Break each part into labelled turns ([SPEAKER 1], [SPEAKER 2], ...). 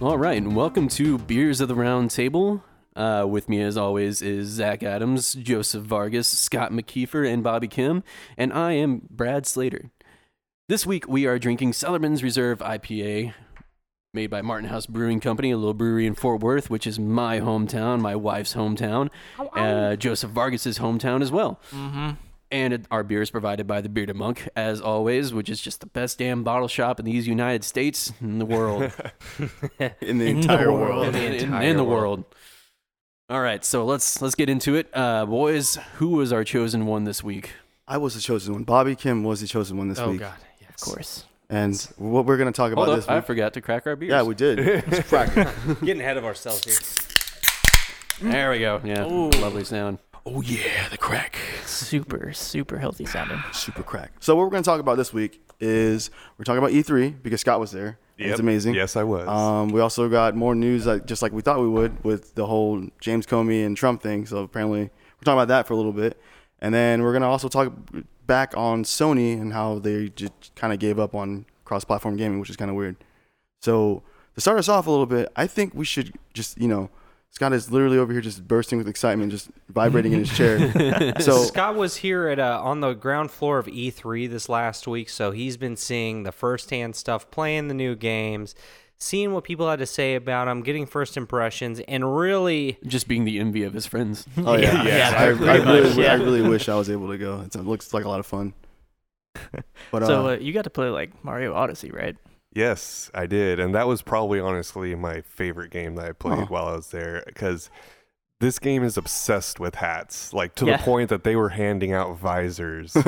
[SPEAKER 1] All right, and welcome to Beers of the Round Table. Uh, with me, as always, is Zach Adams, Joseph Vargas, Scott McKeefer, and Bobby Kim, and I am Brad Slater. This week, we are drinking Sellerman's Reserve IPA, made by Martin House Brewing Company, a little brewery in Fort Worth, which is my hometown, my wife's hometown, uh, Joseph Vargas's hometown as well. And it- our beer is provided by the Bearded Monk, as always, which is just the best damn bottle shop in these United States and the world.
[SPEAKER 2] in Oh, the
[SPEAKER 3] In the
[SPEAKER 2] entire
[SPEAKER 3] world.
[SPEAKER 2] world.
[SPEAKER 1] in,
[SPEAKER 3] the
[SPEAKER 1] in- in
[SPEAKER 3] entire
[SPEAKER 1] the world. All right, so let's let's get into it, uh, boys. Who was our chosen one this week?
[SPEAKER 2] I was the chosen one. Bobby Kim was the chosen one this
[SPEAKER 3] Oh
[SPEAKER 2] week.
[SPEAKER 3] God, yes. of
[SPEAKER 1] course.
[SPEAKER 2] And what we're going to
[SPEAKER 1] Hold
[SPEAKER 2] talk about
[SPEAKER 1] up,
[SPEAKER 2] Oh, this
[SPEAKER 1] I
[SPEAKER 2] week.
[SPEAKER 1] forgot to crack our beers.
[SPEAKER 2] Yeah, we did.
[SPEAKER 4] Getting ahead of ourselves here.
[SPEAKER 1] there we go. Yeah, lovely sound.
[SPEAKER 3] Oh yeah, the crack. Super, super healthy sounding.
[SPEAKER 2] Super crack. So what we're going to talk about this week is we're talking about E3 because Scott was there. It was
[SPEAKER 5] Yep.
[SPEAKER 2] amazing.
[SPEAKER 5] Yes, I was.
[SPEAKER 2] Um, we also got more news, like, just like we thought we would, with the whole James Comey and Trump thing. So apparently, we're talking about that for a little bit, and then we're gonna also talk back on Sony and how they just kind of gave up on cross-platform gaming, which is kind of weird. So to start us off a little bit, I think we should just, you know, Scott is literally over here just bursting with excitement, just vibrating in his chair. so
[SPEAKER 4] Scott was here at uh, on the ground floor of E3 this last week, so he's been seeing the firsthand stuff, playing the new games, seeing what people had to say about them, getting first impressions, and really,
[SPEAKER 1] Just being the envy of his friends.
[SPEAKER 2] Oh yeah,
[SPEAKER 3] Yeah,
[SPEAKER 2] I, I
[SPEAKER 3] pretty
[SPEAKER 2] really,
[SPEAKER 3] much,
[SPEAKER 2] wi- I
[SPEAKER 3] yeah.
[SPEAKER 2] really wish I was able to go. It's- It looks like a lot of fun. But uh,
[SPEAKER 3] So uh, you got to play like Mario Odyssey, right?
[SPEAKER 5] yes, I did, and that was probably honestly my favorite game that I played
[SPEAKER 2] Huh.
[SPEAKER 5] while I was there because this game is obsessed with hats, like to
[SPEAKER 3] Yeah.
[SPEAKER 5] the point that they were handing out visors with,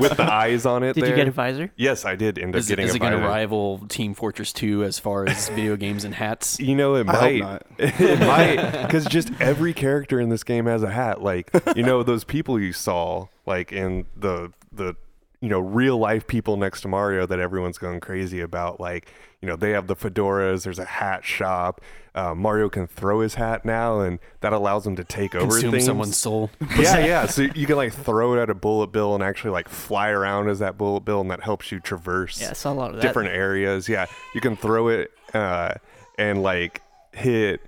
[SPEAKER 5] with the eyes on it.
[SPEAKER 3] Did
[SPEAKER 5] there.
[SPEAKER 3] you get a visor?
[SPEAKER 5] Yes, I did end up
[SPEAKER 1] Is, it-
[SPEAKER 5] getting
[SPEAKER 1] is
[SPEAKER 5] a
[SPEAKER 1] it going to
[SPEAKER 5] visor.
[SPEAKER 1] rival Team Fortress 2 as far as video games and hats?
[SPEAKER 5] You know, it
[SPEAKER 2] I hope
[SPEAKER 5] might.
[SPEAKER 2] not.
[SPEAKER 5] it might. Because just every character in this game has a hat. Like, you know, those people you saw, like in the, the, you know, real life people next to Mario that everyone's going crazy about. Like, you know, they have the fedoras, there's a hat shop. Uh, Mario can throw his hat now, and that allows him to take over
[SPEAKER 1] Consume
[SPEAKER 5] things.
[SPEAKER 1] someone's soul.
[SPEAKER 5] yeah, yeah. So you can, like, throw it at a bullet bill and actually, like, fly around as that bullet bill, and that helps you traverse
[SPEAKER 3] Yeah, I saw a lot of that.
[SPEAKER 5] different areas. Yeah, you can throw it uh, and like hit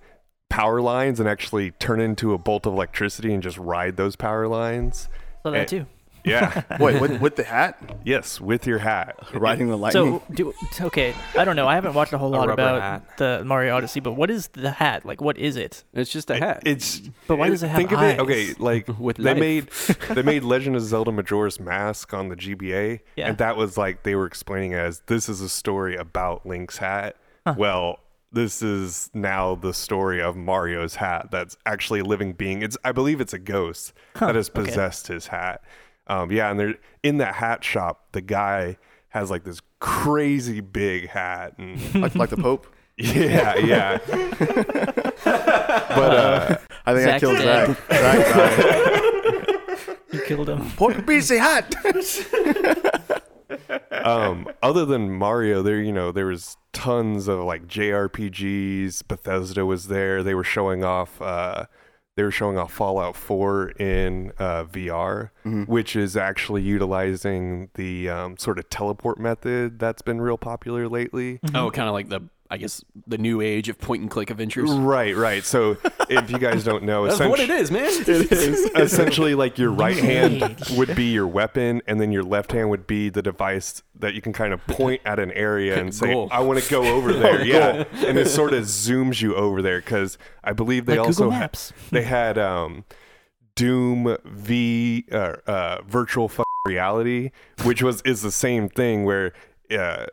[SPEAKER 5] power lines and actually turn into a bolt of electricity and just ride those power lines.
[SPEAKER 3] Saw that too.
[SPEAKER 5] eh, Yeah.
[SPEAKER 2] wait, with, with the hat,
[SPEAKER 5] yes, with your hat.
[SPEAKER 2] riding the lightning.
[SPEAKER 3] So do, okay, I don't know. I haven't watched a whole lot
[SPEAKER 4] rubber
[SPEAKER 3] about
[SPEAKER 4] hat.
[SPEAKER 3] the Mario Odyssey, but what is the hat? Like, what is it?
[SPEAKER 1] It's just a hat.
[SPEAKER 5] It's
[SPEAKER 3] But why does it have
[SPEAKER 5] think
[SPEAKER 3] eyes?
[SPEAKER 5] Of it, okay, like
[SPEAKER 1] With
[SPEAKER 5] they
[SPEAKER 1] life.
[SPEAKER 5] made they made Legend of Zelda Majora's Mask on the GBA,
[SPEAKER 3] Yeah.
[SPEAKER 5] and that was like they were explaining it as this is a story about Link's hat. Well, this is now the story of Mario's hat that's actually a living being. It's I believe it's a ghost that has possessed his hat. Um, yeah, and they're in that hat shop. The guy has like this crazy big hat and
[SPEAKER 2] like, like the Pope.
[SPEAKER 5] yeah, yeah.
[SPEAKER 2] uh, I think I
[SPEAKER 3] Zach's
[SPEAKER 2] killed
[SPEAKER 3] dead.
[SPEAKER 2] Zach. Zach died.
[SPEAKER 3] You killed him.
[SPEAKER 2] hat.
[SPEAKER 5] um, other than Mario, there you know there was tons of like JRPGs. Bethesda was there. They were showing off. Uh, they were showing off Fallout 4 in uh, VR, which is actually utilizing the um, sort of teleport method that's been real popular lately.
[SPEAKER 1] oh, kind of like the, I guess, the new age of point and click adventures.
[SPEAKER 5] Right, right. So if you guys don't know,
[SPEAKER 1] That's what
[SPEAKER 5] essentially,
[SPEAKER 1] it is, man.
[SPEAKER 5] essentially like your right hand would be your weapon and then your left hand would be the device that you can kind of point at an area and say
[SPEAKER 1] Goal.
[SPEAKER 5] i want to go over there yeah and it sort of zooms you over there because i believe they
[SPEAKER 3] Like Google
[SPEAKER 5] also
[SPEAKER 3] Maps.
[SPEAKER 5] they had um doom v uh, uh virtual f- reality which was is the same thing where uh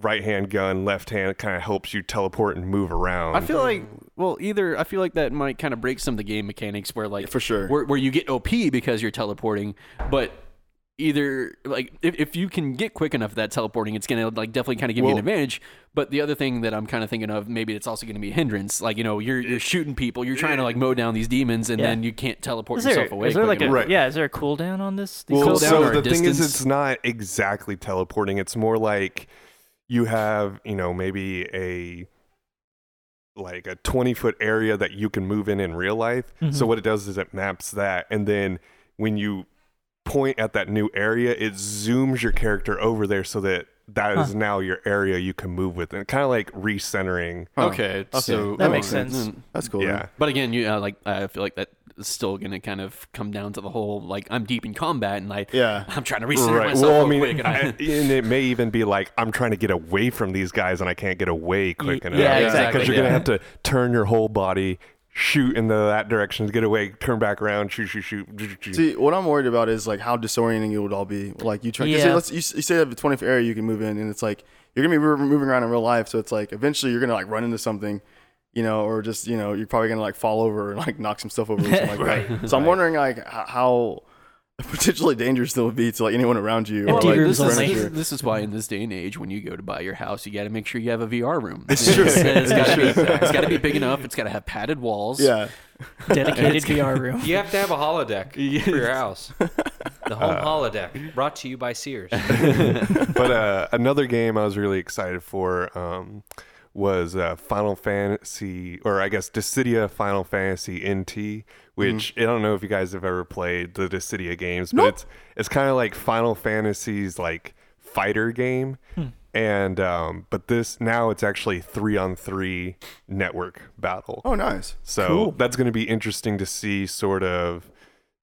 [SPEAKER 5] right hand gun left hand kind of helps you teleport and move around
[SPEAKER 1] I feel like well, either I feel like that might kind of break some of the game mechanics where like
[SPEAKER 2] for sure.
[SPEAKER 1] where, where you get OP because you're teleporting, but either like if, if you can get quick enough at that teleporting, it's gonna like definitely kind of give you
[SPEAKER 5] Well-
[SPEAKER 1] an advantage. But the other thing that I'm kind of thinking of, maybe it's also gonna be a hindrance. Like you know, you're you're shooting people, you're trying to like mow down these demons, and
[SPEAKER 3] Yeah.
[SPEAKER 1] then you can't teleport
[SPEAKER 3] Is there,
[SPEAKER 1] yourself away.
[SPEAKER 3] is there
[SPEAKER 1] quick
[SPEAKER 3] like a
[SPEAKER 1] enough.
[SPEAKER 5] Right.
[SPEAKER 3] yeah? Is there a cooldown on this? These
[SPEAKER 1] Well,
[SPEAKER 3] cooldown-
[SPEAKER 1] down
[SPEAKER 5] so
[SPEAKER 1] or
[SPEAKER 5] the thing is,
[SPEAKER 1] distance?
[SPEAKER 5] it's not exactly teleporting. It's more like you have, you know, maybe a like a 20 foot area that you can move in in real life.
[SPEAKER 1] Mm-hmm.
[SPEAKER 5] So what it does is it maps that, and then when you point at that new area, it zooms your character over there so that that is now your area you can move with, and kind of like recentering.
[SPEAKER 2] Huh.
[SPEAKER 1] Okay,
[SPEAKER 2] Okay.
[SPEAKER 1] so
[SPEAKER 3] That makes sense.
[SPEAKER 1] Mm.
[SPEAKER 2] That's cool.
[SPEAKER 5] yeah,
[SPEAKER 2] man.
[SPEAKER 1] But again, you uh, like I feel like that is still gonna kind of come down to the whole like I'm deep in combat and like
[SPEAKER 2] Yeah.
[SPEAKER 1] I'm trying to recenter
[SPEAKER 5] right.
[SPEAKER 1] myself.
[SPEAKER 5] Well, I
[SPEAKER 1] real
[SPEAKER 5] mean,
[SPEAKER 1] quick and I-
[SPEAKER 5] and it may even be like I'm trying to get away from these guys, and I can't get away quick
[SPEAKER 3] yeah,
[SPEAKER 5] enough.
[SPEAKER 3] exactly,
[SPEAKER 5] Because you're gonna
[SPEAKER 1] yeah.
[SPEAKER 5] have to turn your whole body, shoot in the, that direction to get away, turn back around, shoot, shoot, shoot. shoot, shoot.
[SPEAKER 2] See, what I'm worried about is like how disorienting it would all be. Like you try, 'cause
[SPEAKER 3] Yeah.
[SPEAKER 2] let's, you, you say you have a 20th area you can move in, and it's like you're gonna be roo- moving around in real life. So it's like eventually you're gonna like run into something, you know, or just you know you're probably gonna like fall over and like knock some stuff over. Or something like that. So I'm wondering like h- how potentially dangerous it would be to like anyone around you.
[SPEAKER 3] Empty
[SPEAKER 2] like,
[SPEAKER 3] rooms
[SPEAKER 1] this, is,
[SPEAKER 3] only.
[SPEAKER 2] furniture.
[SPEAKER 1] this is why in this day and age, when you go to buy your house, you got to make sure you have a VR room. It's, got to be, it's gotta be big enough. It's got to have padded walls.
[SPEAKER 2] Yeah.
[SPEAKER 3] Dedicated VR room.
[SPEAKER 4] You have to have a holodeck for your house. The home holodeck, brought to you by Sears.
[SPEAKER 5] but uh, another game I was really excited for um, was uh, Final Fantasy, or I guess Dissidia Final Fantasy NT, which I don't know if you guys have ever played the Dissidia games, but it's it's kind of like Final Fantasy's like fighter game. And um, but this now it's actually three on three network battle.
[SPEAKER 2] Oh, nice.
[SPEAKER 5] So
[SPEAKER 3] Cool.
[SPEAKER 5] that's going to be interesting to see, sort of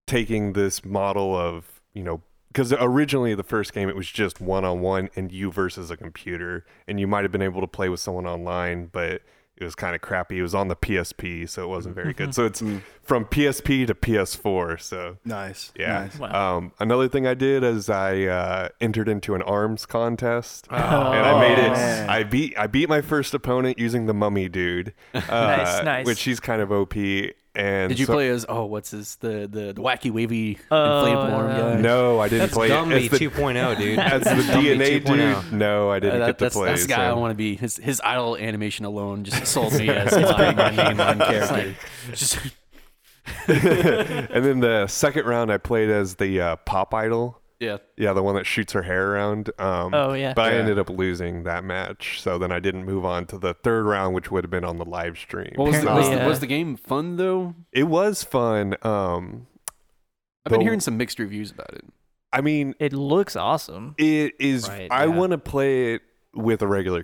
[SPEAKER 5] taking this model of, you know, because originally the first game it was just one on one and you versus a computer, and you might have been able to play with someone online, but it was kind of crappy. It was on the PSP, so it wasn't very good. So it's from PSP to PS4. So
[SPEAKER 2] Nice.
[SPEAKER 5] yeah.
[SPEAKER 2] Nice.
[SPEAKER 5] Um, another thing I did is I uh, entered into an arms contest,
[SPEAKER 3] Oh,
[SPEAKER 5] and I made it.
[SPEAKER 2] man.
[SPEAKER 5] I beat I beat my first opponent using the mummy dude, uh,
[SPEAKER 3] Nice, nice.
[SPEAKER 5] Which he's kind of OP. And
[SPEAKER 1] Did you
[SPEAKER 5] so-
[SPEAKER 1] play as oh what's his the the, the wacky wavy
[SPEAKER 3] Oh,
[SPEAKER 1] inflatable arm
[SPEAKER 3] no.
[SPEAKER 1] guy?
[SPEAKER 5] No, I didn't
[SPEAKER 4] That's
[SPEAKER 5] play.
[SPEAKER 4] Gumby
[SPEAKER 5] it. As the,
[SPEAKER 4] 2.0, dude.
[SPEAKER 5] as the
[SPEAKER 4] 2.0.
[SPEAKER 5] DNA dude, no, I
[SPEAKER 1] Uh,
[SPEAKER 5] didn't
[SPEAKER 1] that-
[SPEAKER 5] get to
[SPEAKER 1] that's,
[SPEAKER 5] play.
[SPEAKER 1] that's the guy I
[SPEAKER 5] so-
[SPEAKER 1] want to be. His his idle animation alone just sold me as my, my mainline character. Just
[SPEAKER 5] and then the second round, I played as the uh, pop idol.
[SPEAKER 1] yeah.
[SPEAKER 5] Yeah, the one that shoots her hair around. Um,
[SPEAKER 3] Oh, yeah.
[SPEAKER 5] But I
[SPEAKER 2] Yeah.
[SPEAKER 5] ended up losing that match, so then I didn't move on to the third round, which would have been on the live stream.
[SPEAKER 1] What was the, was, the,
[SPEAKER 3] Apparently, uh,
[SPEAKER 1] was the game fun though?
[SPEAKER 5] It was fun. Um,
[SPEAKER 1] I've been
[SPEAKER 5] the-
[SPEAKER 1] hearing some mixed reviews about it.
[SPEAKER 5] I mean,
[SPEAKER 3] It looks awesome.
[SPEAKER 5] it is.
[SPEAKER 4] Right,
[SPEAKER 5] I
[SPEAKER 4] yeah.
[SPEAKER 5] want to play it with a regular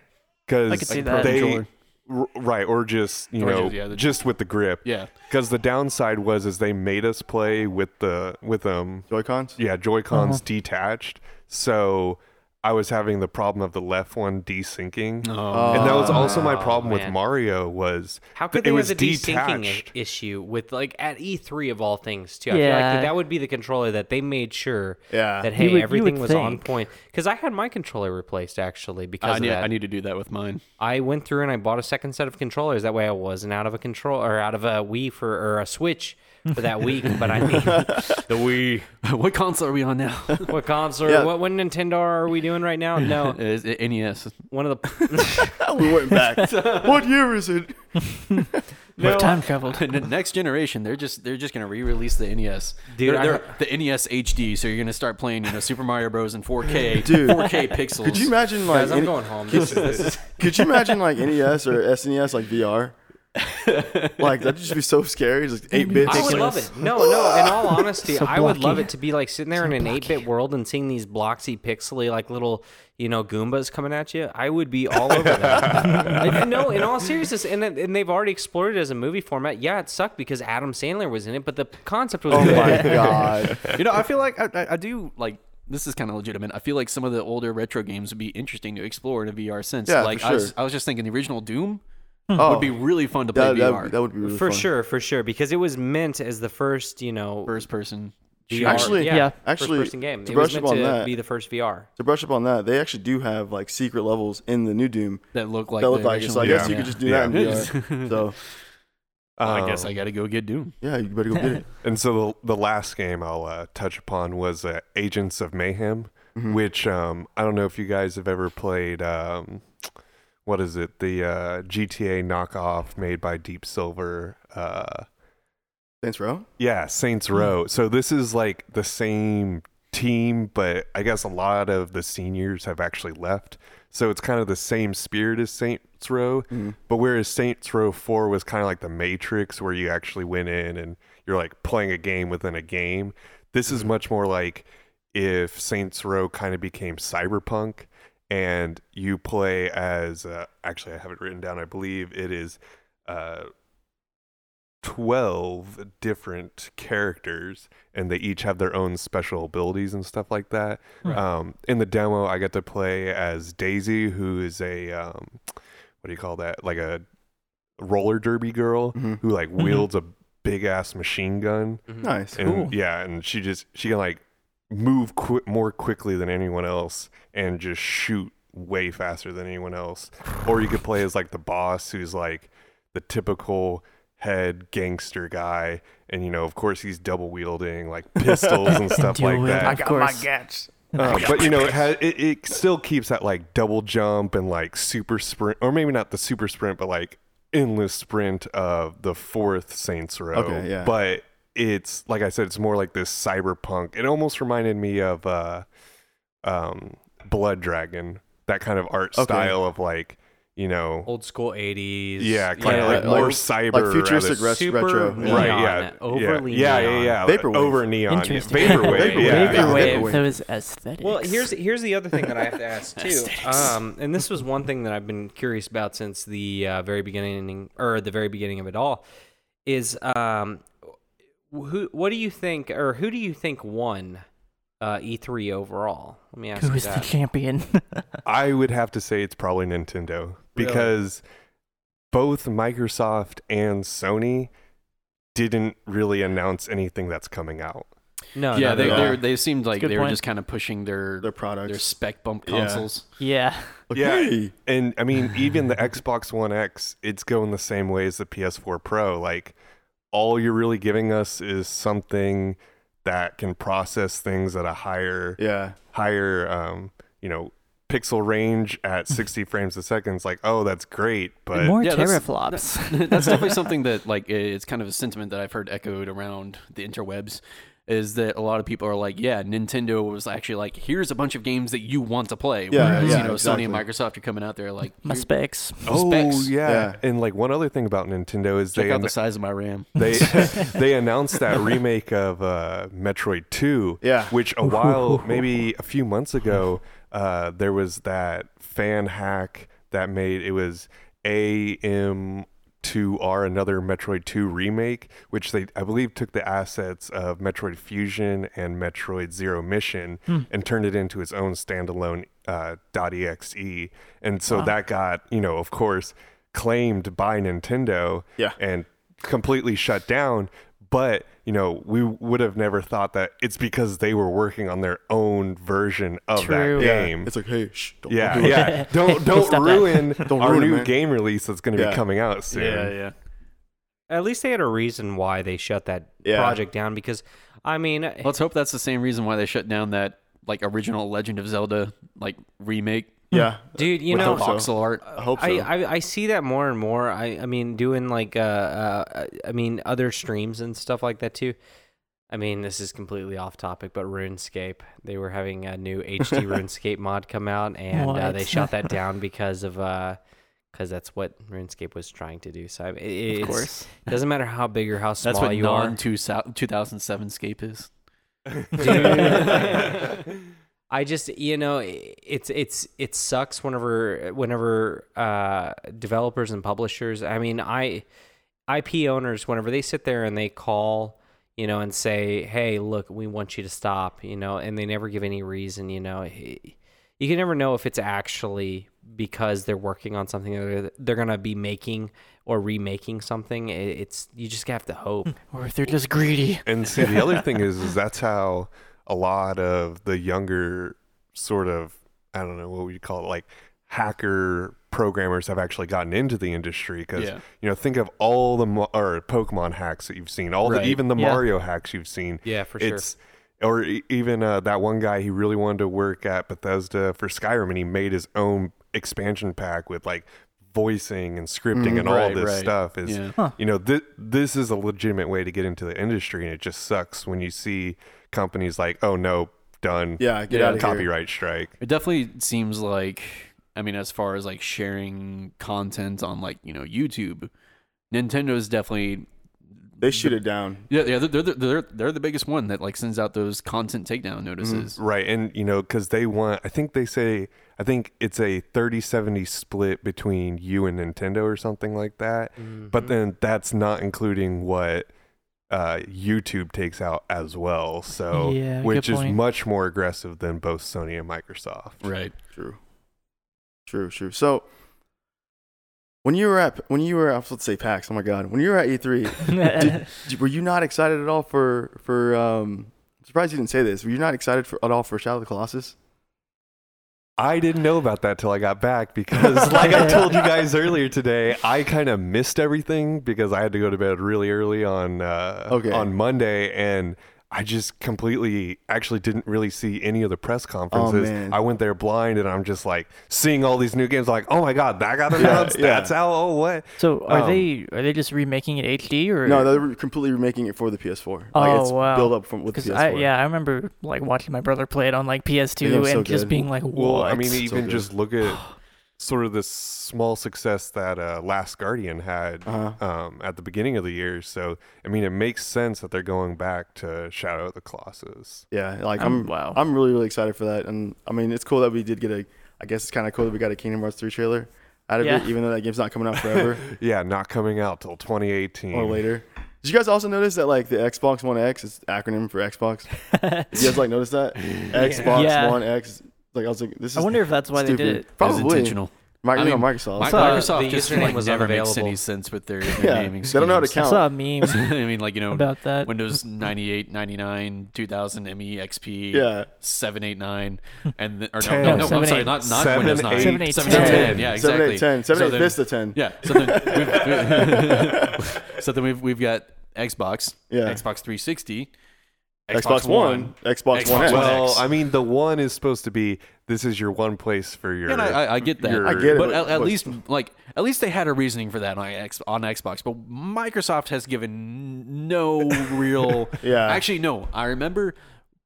[SPEAKER 3] I could
[SPEAKER 5] because
[SPEAKER 3] see
[SPEAKER 5] they
[SPEAKER 3] that.
[SPEAKER 1] Controller.
[SPEAKER 5] r- right or just you
[SPEAKER 1] Or
[SPEAKER 5] know
[SPEAKER 1] just- yeah, the-
[SPEAKER 5] just with the grip.
[SPEAKER 1] Yeah.
[SPEAKER 5] Because the downside was is they made us play with the with um
[SPEAKER 2] Joy Cons.
[SPEAKER 5] yeah Joy
[SPEAKER 1] Uh-huh.
[SPEAKER 5] Cons detached, so I was having the problem of the left one desyncing. and that was also my
[SPEAKER 4] Oh,
[SPEAKER 5] problem with
[SPEAKER 4] man.
[SPEAKER 5] Mario was
[SPEAKER 4] How
[SPEAKER 5] th-
[SPEAKER 4] could they
[SPEAKER 5] it was
[SPEAKER 4] have a desyncing i-
[SPEAKER 5] detached.
[SPEAKER 4] issue with like at E3 of all things too? I feel like
[SPEAKER 3] Yeah.
[SPEAKER 4] that, that would be the controller that they made sure
[SPEAKER 2] Yeah.
[SPEAKER 4] that
[SPEAKER 2] You
[SPEAKER 4] hey
[SPEAKER 3] would- you
[SPEAKER 4] everything
[SPEAKER 3] would
[SPEAKER 4] was on
[SPEAKER 3] think.
[SPEAKER 4] point. Because I had my controller replaced actually because
[SPEAKER 1] I
[SPEAKER 4] of
[SPEAKER 1] need,
[SPEAKER 4] that.
[SPEAKER 1] I need to do that with mine.
[SPEAKER 4] I went through and I bought a second set of controllers. That way, I wasn't out of a control or out of a Wii for or a Switch for that week. But I mean, the Wii.
[SPEAKER 1] what console are we on now?
[SPEAKER 4] What console?
[SPEAKER 2] Yeah.
[SPEAKER 4] What, what Nintendo are we doing right now?
[SPEAKER 2] Oh.
[SPEAKER 4] No,
[SPEAKER 1] Is it E NES.
[SPEAKER 4] one of the.
[SPEAKER 2] we went back. what year is it?
[SPEAKER 3] We've time traveled.
[SPEAKER 1] The next generation, they're just they're just gonna re-release the NES.
[SPEAKER 4] Dude,
[SPEAKER 1] They're-
[SPEAKER 4] I
[SPEAKER 1] they're the E NES HD. So you're gonna start playing, you know, Super Mario Bros. in 4K,
[SPEAKER 2] Dude.
[SPEAKER 1] 4K pixels.
[SPEAKER 2] Could you imagine like
[SPEAKER 4] Guys, I'm
[SPEAKER 2] any-
[SPEAKER 4] going home. This is, this is
[SPEAKER 2] Could you imagine like NES or SNES like VR? like that'd just be so scary. Just eight bit.
[SPEAKER 4] I would love it. No, no. In all honesty,
[SPEAKER 3] So
[SPEAKER 4] I would love
[SPEAKER 3] blocky.
[SPEAKER 4] it to be like sitting there in an eight-bit world and seeing these bloxy, pixely, like little, you know, goombas coming at you. I would be all over that. I- no, in all seriousness, and it- and they've already explored it as a movie format. Yeah, it sucked because Adam Sandler was in it, but the concept was
[SPEAKER 2] Oh
[SPEAKER 4] good.
[SPEAKER 2] my god.
[SPEAKER 1] you know, I feel like I, I, I do like this is kind of legitimate. I feel like some of the older retro games would be interesting to explore in a VR sense.
[SPEAKER 2] Yeah, for
[SPEAKER 1] like I, was,
[SPEAKER 2] sure.
[SPEAKER 1] I was just thinking, the original Doom
[SPEAKER 2] Oh,
[SPEAKER 1] would be really fun to play
[SPEAKER 2] that,
[SPEAKER 1] VR
[SPEAKER 2] that, that would be really
[SPEAKER 4] for
[SPEAKER 2] fun.
[SPEAKER 4] sure, for sure, because it was meant as the first, you know,
[SPEAKER 1] first person.
[SPEAKER 4] VR,
[SPEAKER 2] Actually-
[SPEAKER 4] yeah,
[SPEAKER 3] yeah,
[SPEAKER 2] actually,
[SPEAKER 4] first-person game.
[SPEAKER 2] to
[SPEAKER 4] It was
[SPEAKER 2] brush up
[SPEAKER 4] meant to
[SPEAKER 2] on that-
[SPEAKER 4] be the first VR.
[SPEAKER 2] To brush up on that, they actually do have like secret levels in the new Doom
[SPEAKER 1] That look like
[SPEAKER 2] that
[SPEAKER 1] the
[SPEAKER 2] look like it.
[SPEAKER 1] original
[SPEAKER 2] So I
[SPEAKER 1] Doom.
[SPEAKER 2] guess you
[SPEAKER 1] Yeah.
[SPEAKER 2] could just do that
[SPEAKER 5] Yeah.
[SPEAKER 2] in
[SPEAKER 4] Mm-hmm.
[SPEAKER 2] VR. so
[SPEAKER 1] Well, Oh, I guess
[SPEAKER 5] Um,
[SPEAKER 1] I got to go get Doom.
[SPEAKER 2] yeah, you better go get it.
[SPEAKER 5] And so the, the last game I'll uh, touch upon was uh, Agents of Mayhem,
[SPEAKER 2] Hmm. Mm-hmm.
[SPEAKER 5] which um, I don't know if you guys have ever played. Um, what is it? The uh, GTA knockoff made by Deep Silver. Uh,
[SPEAKER 2] Thanks, bro.
[SPEAKER 5] yeah, Saints Row. So this is like the same team, but I guess a lot of the seniors have actually left. So it's kind of the same spirit as Saints Row,
[SPEAKER 4] Mm-hmm.
[SPEAKER 5] but whereas Saints Row 4 was kind of like the Matrix where you actually went in and you're like playing a game within a game, this is much more like if Saints Row kind of became cyberpunk and you play as uh, actually I have it written down. I believe it is uh, twelve different characters, and they each have their own special abilities and stuff like that.
[SPEAKER 1] Right.
[SPEAKER 5] Um, in the demo, I got to play as Daisy, who is a um, what do you call that? Like a roller derby girl
[SPEAKER 2] Mhm.
[SPEAKER 5] who like wields a big ass machine gun
[SPEAKER 2] Nice.
[SPEAKER 5] and
[SPEAKER 1] Cool.
[SPEAKER 5] yeah and she just she can like move qui- more quickly than anyone else and just shoot way faster than anyone else or you could play as like the boss who's like the typical head gangster guy and you know of course he's double wielding like pistols and stuff
[SPEAKER 3] Dual
[SPEAKER 5] like
[SPEAKER 3] wield,
[SPEAKER 5] that
[SPEAKER 3] of course.
[SPEAKER 1] gats.
[SPEAKER 5] uh, but you know, it, has, it it still keeps that like double jump and like super sprint, or maybe not the super sprint, but like endless sprint of the fourth Saints Row.
[SPEAKER 2] Okay, yeah.
[SPEAKER 5] But it's like I said, it's more like this cyberpunk. It almost reminded me of uh, um, Blood Dragon, that kind of art
[SPEAKER 2] Okay.
[SPEAKER 5] style of like you know,
[SPEAKER 4] Old school 80s.
[SPEAKER 5] yeah, kind
[SPEAKER 2] yeah,
[SPEAKER 5] of
[SPEAKER 2] like-
[SPEAKER 5] like more
[SPEAKER 2] like
[SPEAKER 5] cyber,
[SPEAKER 2] like
[SPEAKER 5] rather-
[SPEAKER 2] futuristic res-
[SPEAKER 4] Super
[SPEAKER 2] retro.
[SPEAKER 4] neon,
[SPEAKER 5] right? Yeah,
[SPEAKER 4] overly
[SPEAKER 5] yeah, yeah,
[SPEAKER 4] neon.
[SPEAKER 5] yeah, yeah,
[SPEAKER 2] Vaporwave.
[SPEAKER 5] over neon, yeah.
[SPEAKER 3] Interesting.
[SPEAKER 5] vaporwave,
[SPEAKER 2] Vaporwave.
[SPEAKER 5] yeah,
[SPEAKER 3] Vaporwave.
[SPEAKER 2] Vaporwave.
[SPEAKER 3] Those aesthetics.
[SPEAKER 4] Well, here's here's the other thing that I have to ask too. um, and this was one thing that I've been curious about since the uh, very beginning, or the very beginning of it all, is um, wh- who? What do you think, or who do you think won uh, E3 overall? Let me ask
[SPEAKER 3] who
[SPEAKER 4] you
[SPEAKER 3] is the
[SPEAKER 4] that.
[SPEAKER 3] champion?
[SPEAKER 5] I would have to say it's probably Nintendo because both Microsoft and Sony didn't really announce anything that's coming out.
[SPEAKER 4] No,
[SPEAKER 6] yeah,
[SPEAKER 4] no,
[SPEAKER 6] they
[SPEAKER 4] no.
[SPEAKER 6] they they seemed like
[SPEAKER 3] good
[SPEAKER 6] they were
[SPEAKER 3] point.
[SPEAKER 6] just kind of pushing their
[SPEAKER 2] Their
[SPEAKER 6] their,
[SPEAKER 2] products.
[SPEAKER 6] spec bump
[SPEAKER 2] Yeah.
[SPEAKER 6] consoles.
[SPEAKER 3] yeah.
[SPEAKER 2] Like,
[SPEAKER 5] Yeah.
[SPEAKER 2] hey.
[SPEAKER 5] And I mean, even the Xbox One X, it's going the same way as the PS4 Pro. Like, all you're really giving us is something that can process things at a higher,
[SPEAKER 2] Yeah.
[SPEAKER 5] higher, um, you know, pixel range at 60 frames a second. It's like, oh, that's great, but
[SPEAKER 3] More
[SPEAKER 6] Yeah, that's-
[SPEAKER 3] teraflops.
[SPEAKER 6] That's definitely something that like i- it's kind of a sentiment that I've heard echoed around the interwebs is that a lot of people are like, yeah, Nintendo was actually like, here's a bunch of games that you want to play.
[SPEAKER 2] Yeah,
[SPEAKER 6] Whereas,
[SPEAKER 2] yeah,
[SPEAKER 6] you know, Sony and
[SPEAKER 2] exactly.
[SPEAKER 6] Microsoft are coming out there like
[SPEAKER 3] My specs.
[SPEAKER 5] oh
[SPEAKER 6] specs.
[SPEAKER 5] yeah.
[SPEAKER 2] Yeah.
[SPEAKER 5] And like one other thing about Nintendo is
[SPEAKER 6] check
[SPEAKER 5] they
[SPEAKER 6] out
[SPEAKER 5] an-
[SPEAKER 6] the size of my RAM.
[SPEAKER 5] they they announced that remake of uh, Metroid Two,
[SPEAKER 2] Yeah.
[SPEAKER 5] which a while, maybe a few months ago, uh, there was that fan hack that made it was AM. 2R another Metroid 2 remake which they I believe took the assets of Metroid Fusion and Metroid Zero Mission
[SPEAKER 2] Hmm.
[SPEAKER 5] and turned it into its own standalone uh, .exe E. and so that got you know of course claimed by Nintendo
[SPEAKER 2] Yeah.
[SPEAKER 5] and completely shut down. But you know, we would have never thought that it's because they were working on their own version of
[SPEAKER 3] True.
[SPEAKER 5] that
[SPEAKER 3] Yeah.
[SPEAKER 5] game.
[SPEAKER 2] It's like, hey, shh, don't
[SPEAKER 5] Yeah,
[SPEAKER 2] do it.
[SPEAKER 5] yeah. Don't don't
[SPEAKER 3] Stop that.
[SPEAKER 5] ruin our
[SPEAKER 2] ruin it,
[SPEAKER 5] new
[SPEAKER 2] man.
[SPEAKER 5] game release that's going to
[SPEAKER 2] Yeah.
[SPEAKER 5] be coming out soon.
[SPEAKER 6] yeah.
[SPEAKER 4] At least they had a reason why they shut that
[SPEAKER 2] Yeah.
[SPEAKER 4] project down because, I mean,
[SPEAKER 6] Let's hope that's the same reason why they shut down that like original Legend of Zelda like remake
[SPEAKER 2] Yeah.
[SPEAKER 4] dude, you
[SPEAKER 6] with
[SPEAKER 4] know,
[SPEAKER 6] the voxel art.
[SPEAKER 2] I hope so.
[SPEAKER 4] I, I, I see that more and more. I, I mean, doing like, uh, uh, I mean, other streams and stuff like that too. I mean, this is completely off topic, but RuneScape, they were having a new HD RuneScape mod come out and uh,
[SPEAKER 3] What?
[SPEAKER 4] they shut that down because of, uh, because that's what RuneScape was trying to do. So I, it, it's,
[SPEAKER 3] of course.
[SPEAKER 4] doesn't matter how big or how small
[SPEAKER 6] That's what
[SPEAKER 4] you
[SPEAKER 6] non
[SPEAKER 4] are.
[SPEAKER 6] 2007 scape is.
[SPEAKER 4] I just you know i- it's it's it sucks whenever whenever uh, developers and publishers. I mean, I IP owners whenever they sit there and they call you know and say, hey, look, we want you to stop, you know, and they never give any reason, you know. You can never know if it's actually because they're working on something that they're, they're gonna be making or remaking something. It- It's you just have to hope.
[SPEAKER 3] Or if they're just greedy.
[SPEAKER 5] And see, the other thing is, is that's how a lot of the younger sort of, I don't know what would you call it, like hacker programmers have actually gotten into the industry because
[SPEAKER 6] Yeah.
[SPEAKER 5] you know think of all the mo- or Pokemon hacks that you've seen, all
[SPEAKER 6] Right.
[SPEAKER 5] the even the
[SPEAKER 3] Yeah.
[SPEAKER 5] Mario hacks you've seen.
[SPEAKER 4] Yeah, for
[SPEAKER 5] it's or e- even uh, that one guy he really wanted to work at Bethesda for Skyrim, and he made his own expansion pack with like voicing and scripting and all
[SPEAKER 6] right,
[SPEAKER 5] this
[SPEAKER 6] right.
[SPEAKER 5] stuff. Is
[SPEAKER 6] Yeah.
[SPEAKER 5] you know th- this is a legitimate way to get into the industry, and it just sucks when you see companies like, oh no, done,
[SPEAKER 2] yeah, get
[SPEAKER 6] Yeah,
[SPEAKER 2] out of here.
[SPEAKER 5] copyright strike.
[SPEAKER 6] It definitely seems like, I mean, as far as like sharing content on like, you know, YouTube, Nintendo's definitely
[SPEAKER 2] They shoot it down.
[SPEAKER 1] Yeah, yeah, they're they're, the- they're they're the biggest one that like sends out those content takedown notices.
[SPEAKER 5] Right. And, you know, because they want, I think they say, I think it's a 30 70 split between you and Nintendo or something like that.
[SPEAKER 4] Mm-hmm.
[SPEAKER 5] But then that's not including what uh, YouTube takes out as well. So,
[SPEAKER 3] Yeah, good
[SPEAKER 5] which is
[SPEAKER 3] point.
[SPEAKER 5] much more aggressive than both Sony and Microsoft.
[SPEAKER 1] Right.
[SPEAKER 2] True. True. True. So when you were at when you were at, let's say PAX. Oh my God. When you were at E3, Did- d- were you not excited at all for for? Um, I'm surprised you didn't say this. Were you not excited for, at all for Shadow of the Colossus?
[SPEAKER 5] I didn't know about that till I got back because, like I told you guys earlier today, I kind of missed everything because I had to go to bed really early on uh,
[SPEAKER 2] Okay.
[SPEAKER 5] on Monday, and I just completely actually didn't really see any of the press conferences.
[SPEAKER 2] man.
[SPEAKER 5] I went there blind, and I'm just like seeing all these new games. Like, oh my god, that got announced.
[SPEAKER 2] yeah.
[SPEAKER 5] That's how. Oh what?
[SPEAKER 3] so are
[SPEAKER 5] um,
[SPEAKER 3] they are they just remaking it HD or
[SPEAKER 2] No, they were completely remaking it for the PS4.
[SPEAKER 3] Oh,
[SPEAKER 2] like it's
[SPEAKER 3] wow.
[SPEAKER 2] built up from with the
[SPEAKER 3] Because
[SPEAKER 2] PS4.
[SPEAKER 3] I yeah I remember like watching my brother play it on like PS2
[SPEAKER 2] That
[SPEAKER 3] and
[SPEAKER 2] game's so
[SPEAKER 3] just
[SPEAKER 2] good.
[SPEAKER 3] being like what
[SPEAKER 5] Well, I mean, even
[SPEAKER 2] good.
[SPEAKER 5] just look at sort of this small success that uh, Last Guardian had
[SPEAKER 2] Uh-huh.
[SPEAKER 5] um, at the beginning of the year. So, I mean, it makes sense that they're going back to Shadow of the Colossus.
[SPEAKER 2] Yeah, like
[SPEAKER 3] Um,
[SPEAKER 2] I'm,
[SPEAKER 3] wow.
[SPEAKER 2] I'm really really excited for that, and I mean it's cool that we did get a. I guess it's kind of cool that we got a Kingdom Hearts three trailer out of
[SPEAKER 3] Yeah.
[SPEAKER 2] it, even though that game's not coming out forever
[SPEAKER 5] Yeah, not coming out till 2018.
[SPEAKER 1] Mm.
[SPEAKER 2] or later. Did you guys also notice that like the Xbox One X is acronym for Xbox? Did you guys like notice that Xbox
[SPEAKER 3] Yeah.
[SPEAKER 2] One X? Like I was like, this is
[SPEAKER 3] I wonder if that's why they did
[SPEAKER 2] stupid.
[SPEAKER 3] it.
[SPEAKER 2] Probably
[SPEAKER 1] It was intentional.
[SPEAKER 2] Mi-
[SPEAKER 1] I
[SPEAKER 2] you know,
[SPEAKER 1] mean,
[SPEAKER 2] Microsoft.
[SPEAKER 1] Mi-
[SPEAKER 3] saw
[SPEAKER 1] Microsoft
[SPEAKER 4] the
[SPEAKER 1] just
[SPEAKER 4] username
[SPEAKER 1] like
[SPEAKER 4] was
[SPEAKER 1] never makes
[SPEAKER 4] unavailable.
[SPEAKER 1] any sense with their, their
[SPEAKER 2] Yeah,
[SPEAKER 1] naming.
[SPEAKER 2] they don't know how to
[SPEAKER 3] I
[SPEAKER 1] schemes.
[SPEAKER 2] count.
[SPEAKER 3] saw a meme
[SPEAKER 1] I mean, like you know,
[SPEAKER 3] about that.
[SPEAKER 1] Windows 98, 99, 2000 ME XP,
[SPEAKER 2] Yeah.
[SPEAKER 1] 789, and the, or no,
[SPEAKER 5] Ten.
[SPEAKER 1] no, no, I'm
[SPEAKER 3] 7,
[SPEAKER 1] sorry,
[SPEAKER 3] eight.
[SPEAKER 1] not, not
[SPEAKER 5] Seven,
[SPEAKER 1] Windows
[SPEAKER 5] eight.
[SPEAKER 1] 9,
[SPEAKER 3] Seven, eight,
[SPEAKER 1] 7,
[SPEAKER 3] ten.
[SPEAKER 1] 10, yeah,
[SPEAKER 2] Seven
[SPEAKER 1] exactly.
[SPEAKER 2] eight ten. Seven
[SPEAKER 1] So
[SPEAKER 2] eight
[SPEAKER 1] then-
[SPEAKER 2] Vista ten.
[SPEAKER 1] Yeah. So then, we've, so then we've we've got Xbox,
[SPEAKER 2] Yeah.
[SPEAKER 1] Xbox 360,
[SPEAKER 2] Xbox, One, Xbox,
[SPEAKER 1] Xbox
[SPEAKER 2] One X.
[SPEAKER 1] One X.
[SPEAKER 5] Well, I mean, the one is supposed to be this is your one place for your.
[SPEAKER 1] And I, I, I get that,
[SPEAKER 5] your- I
[SPEAKER 2] get it,
[SPEAKER 1] but
[SPEAKER 2] but-
[SPEAKER 1] at, at
[SPEAKER 2] but-
[SPEAKER 1] least like at least they had a reasoning for that on X, on Xbox. But Microsoft has given no real.
[SPEAKER 3] Uh,
[SPEAKER 2] Yeah.
[SPEAKER 1] Actually, no. I remember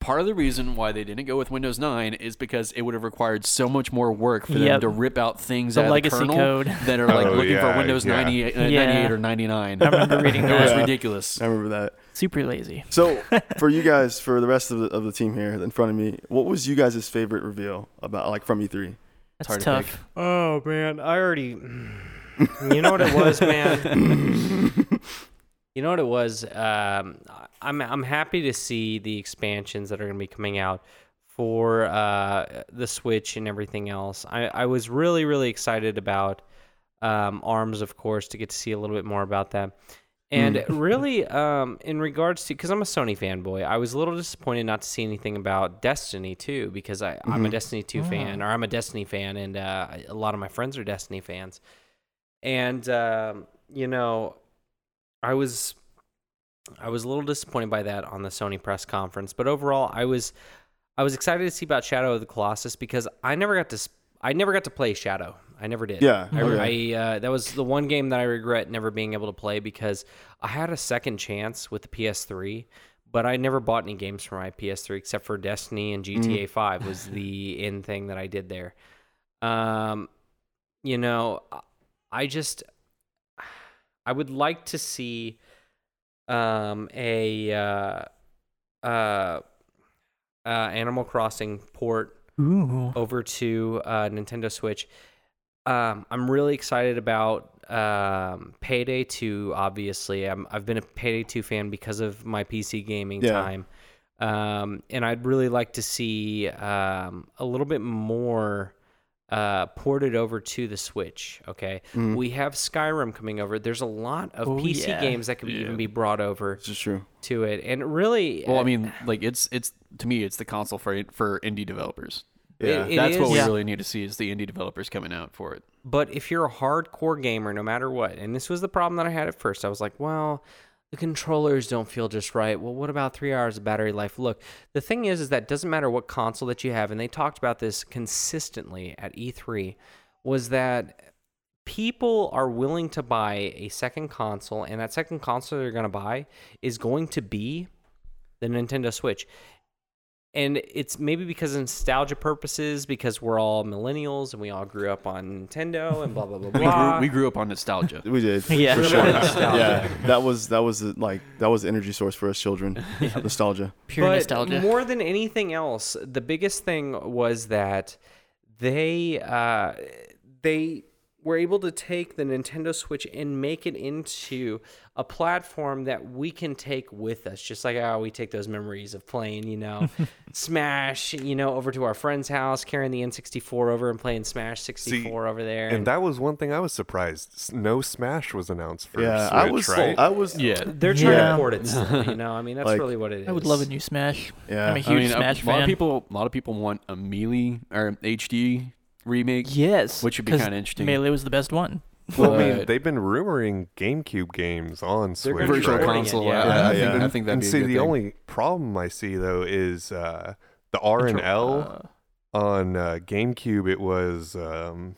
[SPEAKER 1] part of the reason why they didn't go with Windows 9 is because it would have required so much more work for them
[SPEAKER 3] Yep.
[SPEAKER 1] to rip out things
[SPEAKER 3] The
[SPEAKER 1] out of
[SPEAKER 3] legacy
[SPEAKER 1] the kernel
[SPEAKER 3] code.
[SPEAKER 1] that are like
[SPEAKER 5] Oh,
[SPEAKER 1] looking
[SPEAKER 5] yeah,
[SPEAKER 1] for Windows
[SPEAKER 5] yeah.
[SPEAKER 1] 98, uh,
[SPEAKER 3] Yeah.
[SPEAKER 1] 98 or 99.
[SPEAKER 3] I remember reading
[SPEAKER 1] It was
[SPEAKER 2] Yeah.
[SPEAKER 1] ridiculous.
[SPEAKER 2] I remember that.
[SPEAKER 3] super lazy.
[SPEAKER 2] So, for you guys, for the rest of the, of the team here in front of me, what was you guys' favorite reveal about like from E E3?
[SPEAKER 3] That's
[SPEAKER 1] hard to
[SPEAKER 3] tough.
[SPEAKER 1] pick.
[SPEAKER 4] Oh man, I already. You know what it was, man. you know what it was. Um, I'm I'm happy to see the expansions that are going to be coming out for uh, the Switch and everything else. I I was really really excited about um, Arms, of course, to get to see a little bit more about that. And really, um, in regards to, because I'm a Sony fanboy, I was a little disappointed not to see anything about Destiny 2 because I, I'm a Destiny 2 fan, or I'm a Destiny fan, and uh, I- a lot of my friends are Destiny fans. And um, you know, I was, I was a little disappointed by that on the Sony press conference. But overall, I was, I was excited to see about Shadow of the Colossus because I never got to, s- I never got to play Shadow. I never did.
[SPEAKER 2] Oh, Yeah,
[SPEAKER 4] I,
[SPEAKER 2] okay.
[SPEAKER 4] I I, uh, that was the one game that I regret never being able to play because I had a second chance with the PS3, but I never bought any games for my PS3 except for Destiny and GTA 5 was the end thing that I did there. Um, you know, I- I just I would like to see um a uh uh uh Animal Crossing port
[SPEAKER 3] Ooh.
[SPEAKER 4] over to uh, Nintendo Switch. Um, I'm really excited about um, Payday 2. Obviously, I'm, I've been a Payday 2 fan because of my PC gaming
[SPEAKER 2] Yeah.
[SPEAKER 4] time, um, and I'd really like to see um, a little bit more uh, ported over to the Switch. Okay, we have Skyrim coming over. There's a lot of
[SPEAKER 3] Oh,
[SPEAKER 4] PC
[SPEAKER 3] yeah.
[SPEAKER 4] games that could even be brought over
[SPEAKER 2] This is true.
[SPEAKER 4] to it, and really, uh,
[SPEAKER 1] Well, I mean, like it's it's to me, it's the console for for indie developers.
[SPEAKER 2] Yeah.
[SPEAKER 4] it- it
[SPEAKER 1] That's what
[SPEAKER 4] is-
[SPEAKER 1] we
[SPEAKER 3] Yeah.
[SPEAKER 1] really need to see is the indie developers coming out for it.
[SPEAKER 4] But if you're a hardcore gamer, no matter what, and this was the problem that I had at first, I was like, well, the controllers don't feel just right. Well, what about three hours of battery life? Look, the thing is, is that doesn't matter what console that you have, and they talked about this consistently at E3, was that people are willing to buy a second console, and that second console they're going to buy is going to be the Nintendo Switch. and it's maybe because of nostalgia purposes, because we're all millennials and we all grew up on Nintendo and blah blah blah
[SPEAKER 1] We grew,
[SPEAKER 4] blah.
[SPEAKER 1] we grew up on nostalgia.
[SPEAKER 2] We did.
[SPEAKER 3] Yeah.
[SPEAKER 2] For sure.
[SPEAKER 4] Nostalgia.
[SPEAKER 2] yeah. That was that was the, like that was the energy source for us children. Nostalgia.
[SPEAKER 3] Pure
[SPEAKER 4] but
[SPEAKER 3] nostalgia.
[SPEAKER 4] More than anything else, the biggest thing was that they uh, they were able to take the Nintendo Switch and make it into a platform that we can take with us, just like how we take those memories of playing, you know, Smash, you know, over to our friend's house, carrying the N64 over and playing Smash 64 over there.
[SPEAKER 5] And that was one thing I was surprised. S- No Smash was announced for
[SPEAKER 2] Yeah.
[SPEAKER 5] Switch,
[SPEAKER 2] I was
[SPEAKER 5] right?
[SPEAKER 2] I was
[SPEAKER 1] Yeah.
[SPEAKER 4] they're trying
[SPEAKER 2] Yeah.
[SPEAKER 4] to port it still, you know. I mean, that's
[SPEAKER 2] Like-
[SPEAKER 4] really what it is.
[SPEAKER 3] I would love a new Smash.
[SPEAKER 2] Yeah.
[SPEAKER 3] I'm
[SPEAKER 2] I
[SPEAKER 3] a huge
[SPEAKER 1] I mean,
[SPEAKER 3] Smash
[SPEAKER 1] a,
[SPEAKER 3] fan.
[SPEAKER 1] lot of people, a lot of people want a melee or HD remake.
[SPEAKER 3] yes,
[SPEAKER 1] Which would be
[SPEAKER 3] 'cause
[SPEAKER 1] kinda interesting.
[SPEAKER 3] Melee was the best one.
[SPEAKER 5] Well, I mean,
[SPEAKER 1] But-
[SPEAKER 5] they've been rumoring GameCube games on
[SPEAKER 4] They're
[SPEAKER 5] Switch.
[SPEAKER 4] gonna be
[SPEAKER 1] virtual
[SPEAKER 5] right?
[SPEAKER 4] porting it,
[SPEAKER 1] console.
[SPEAKER 4] yeah.
[SPEAKER 1] I, I
[SPEAKER 2] Yeah,
[SPEAKER 1] think,
[SPEAKER 2] yeah.
[SPEAKER 1] I think that'd
[SPEAKER 5] and
[SPEAKER 1] be a
[SPEAKER 5] see,
[SPEAKER 1] good
[SPEAKER 5] the
[SPEAKER 1] thing.
[SPEAKER 5] only problem I see though is uh, the R and L
[SPEAKER 3] Uh,
[SPEAKER 5] on uh, GameCube. It was um,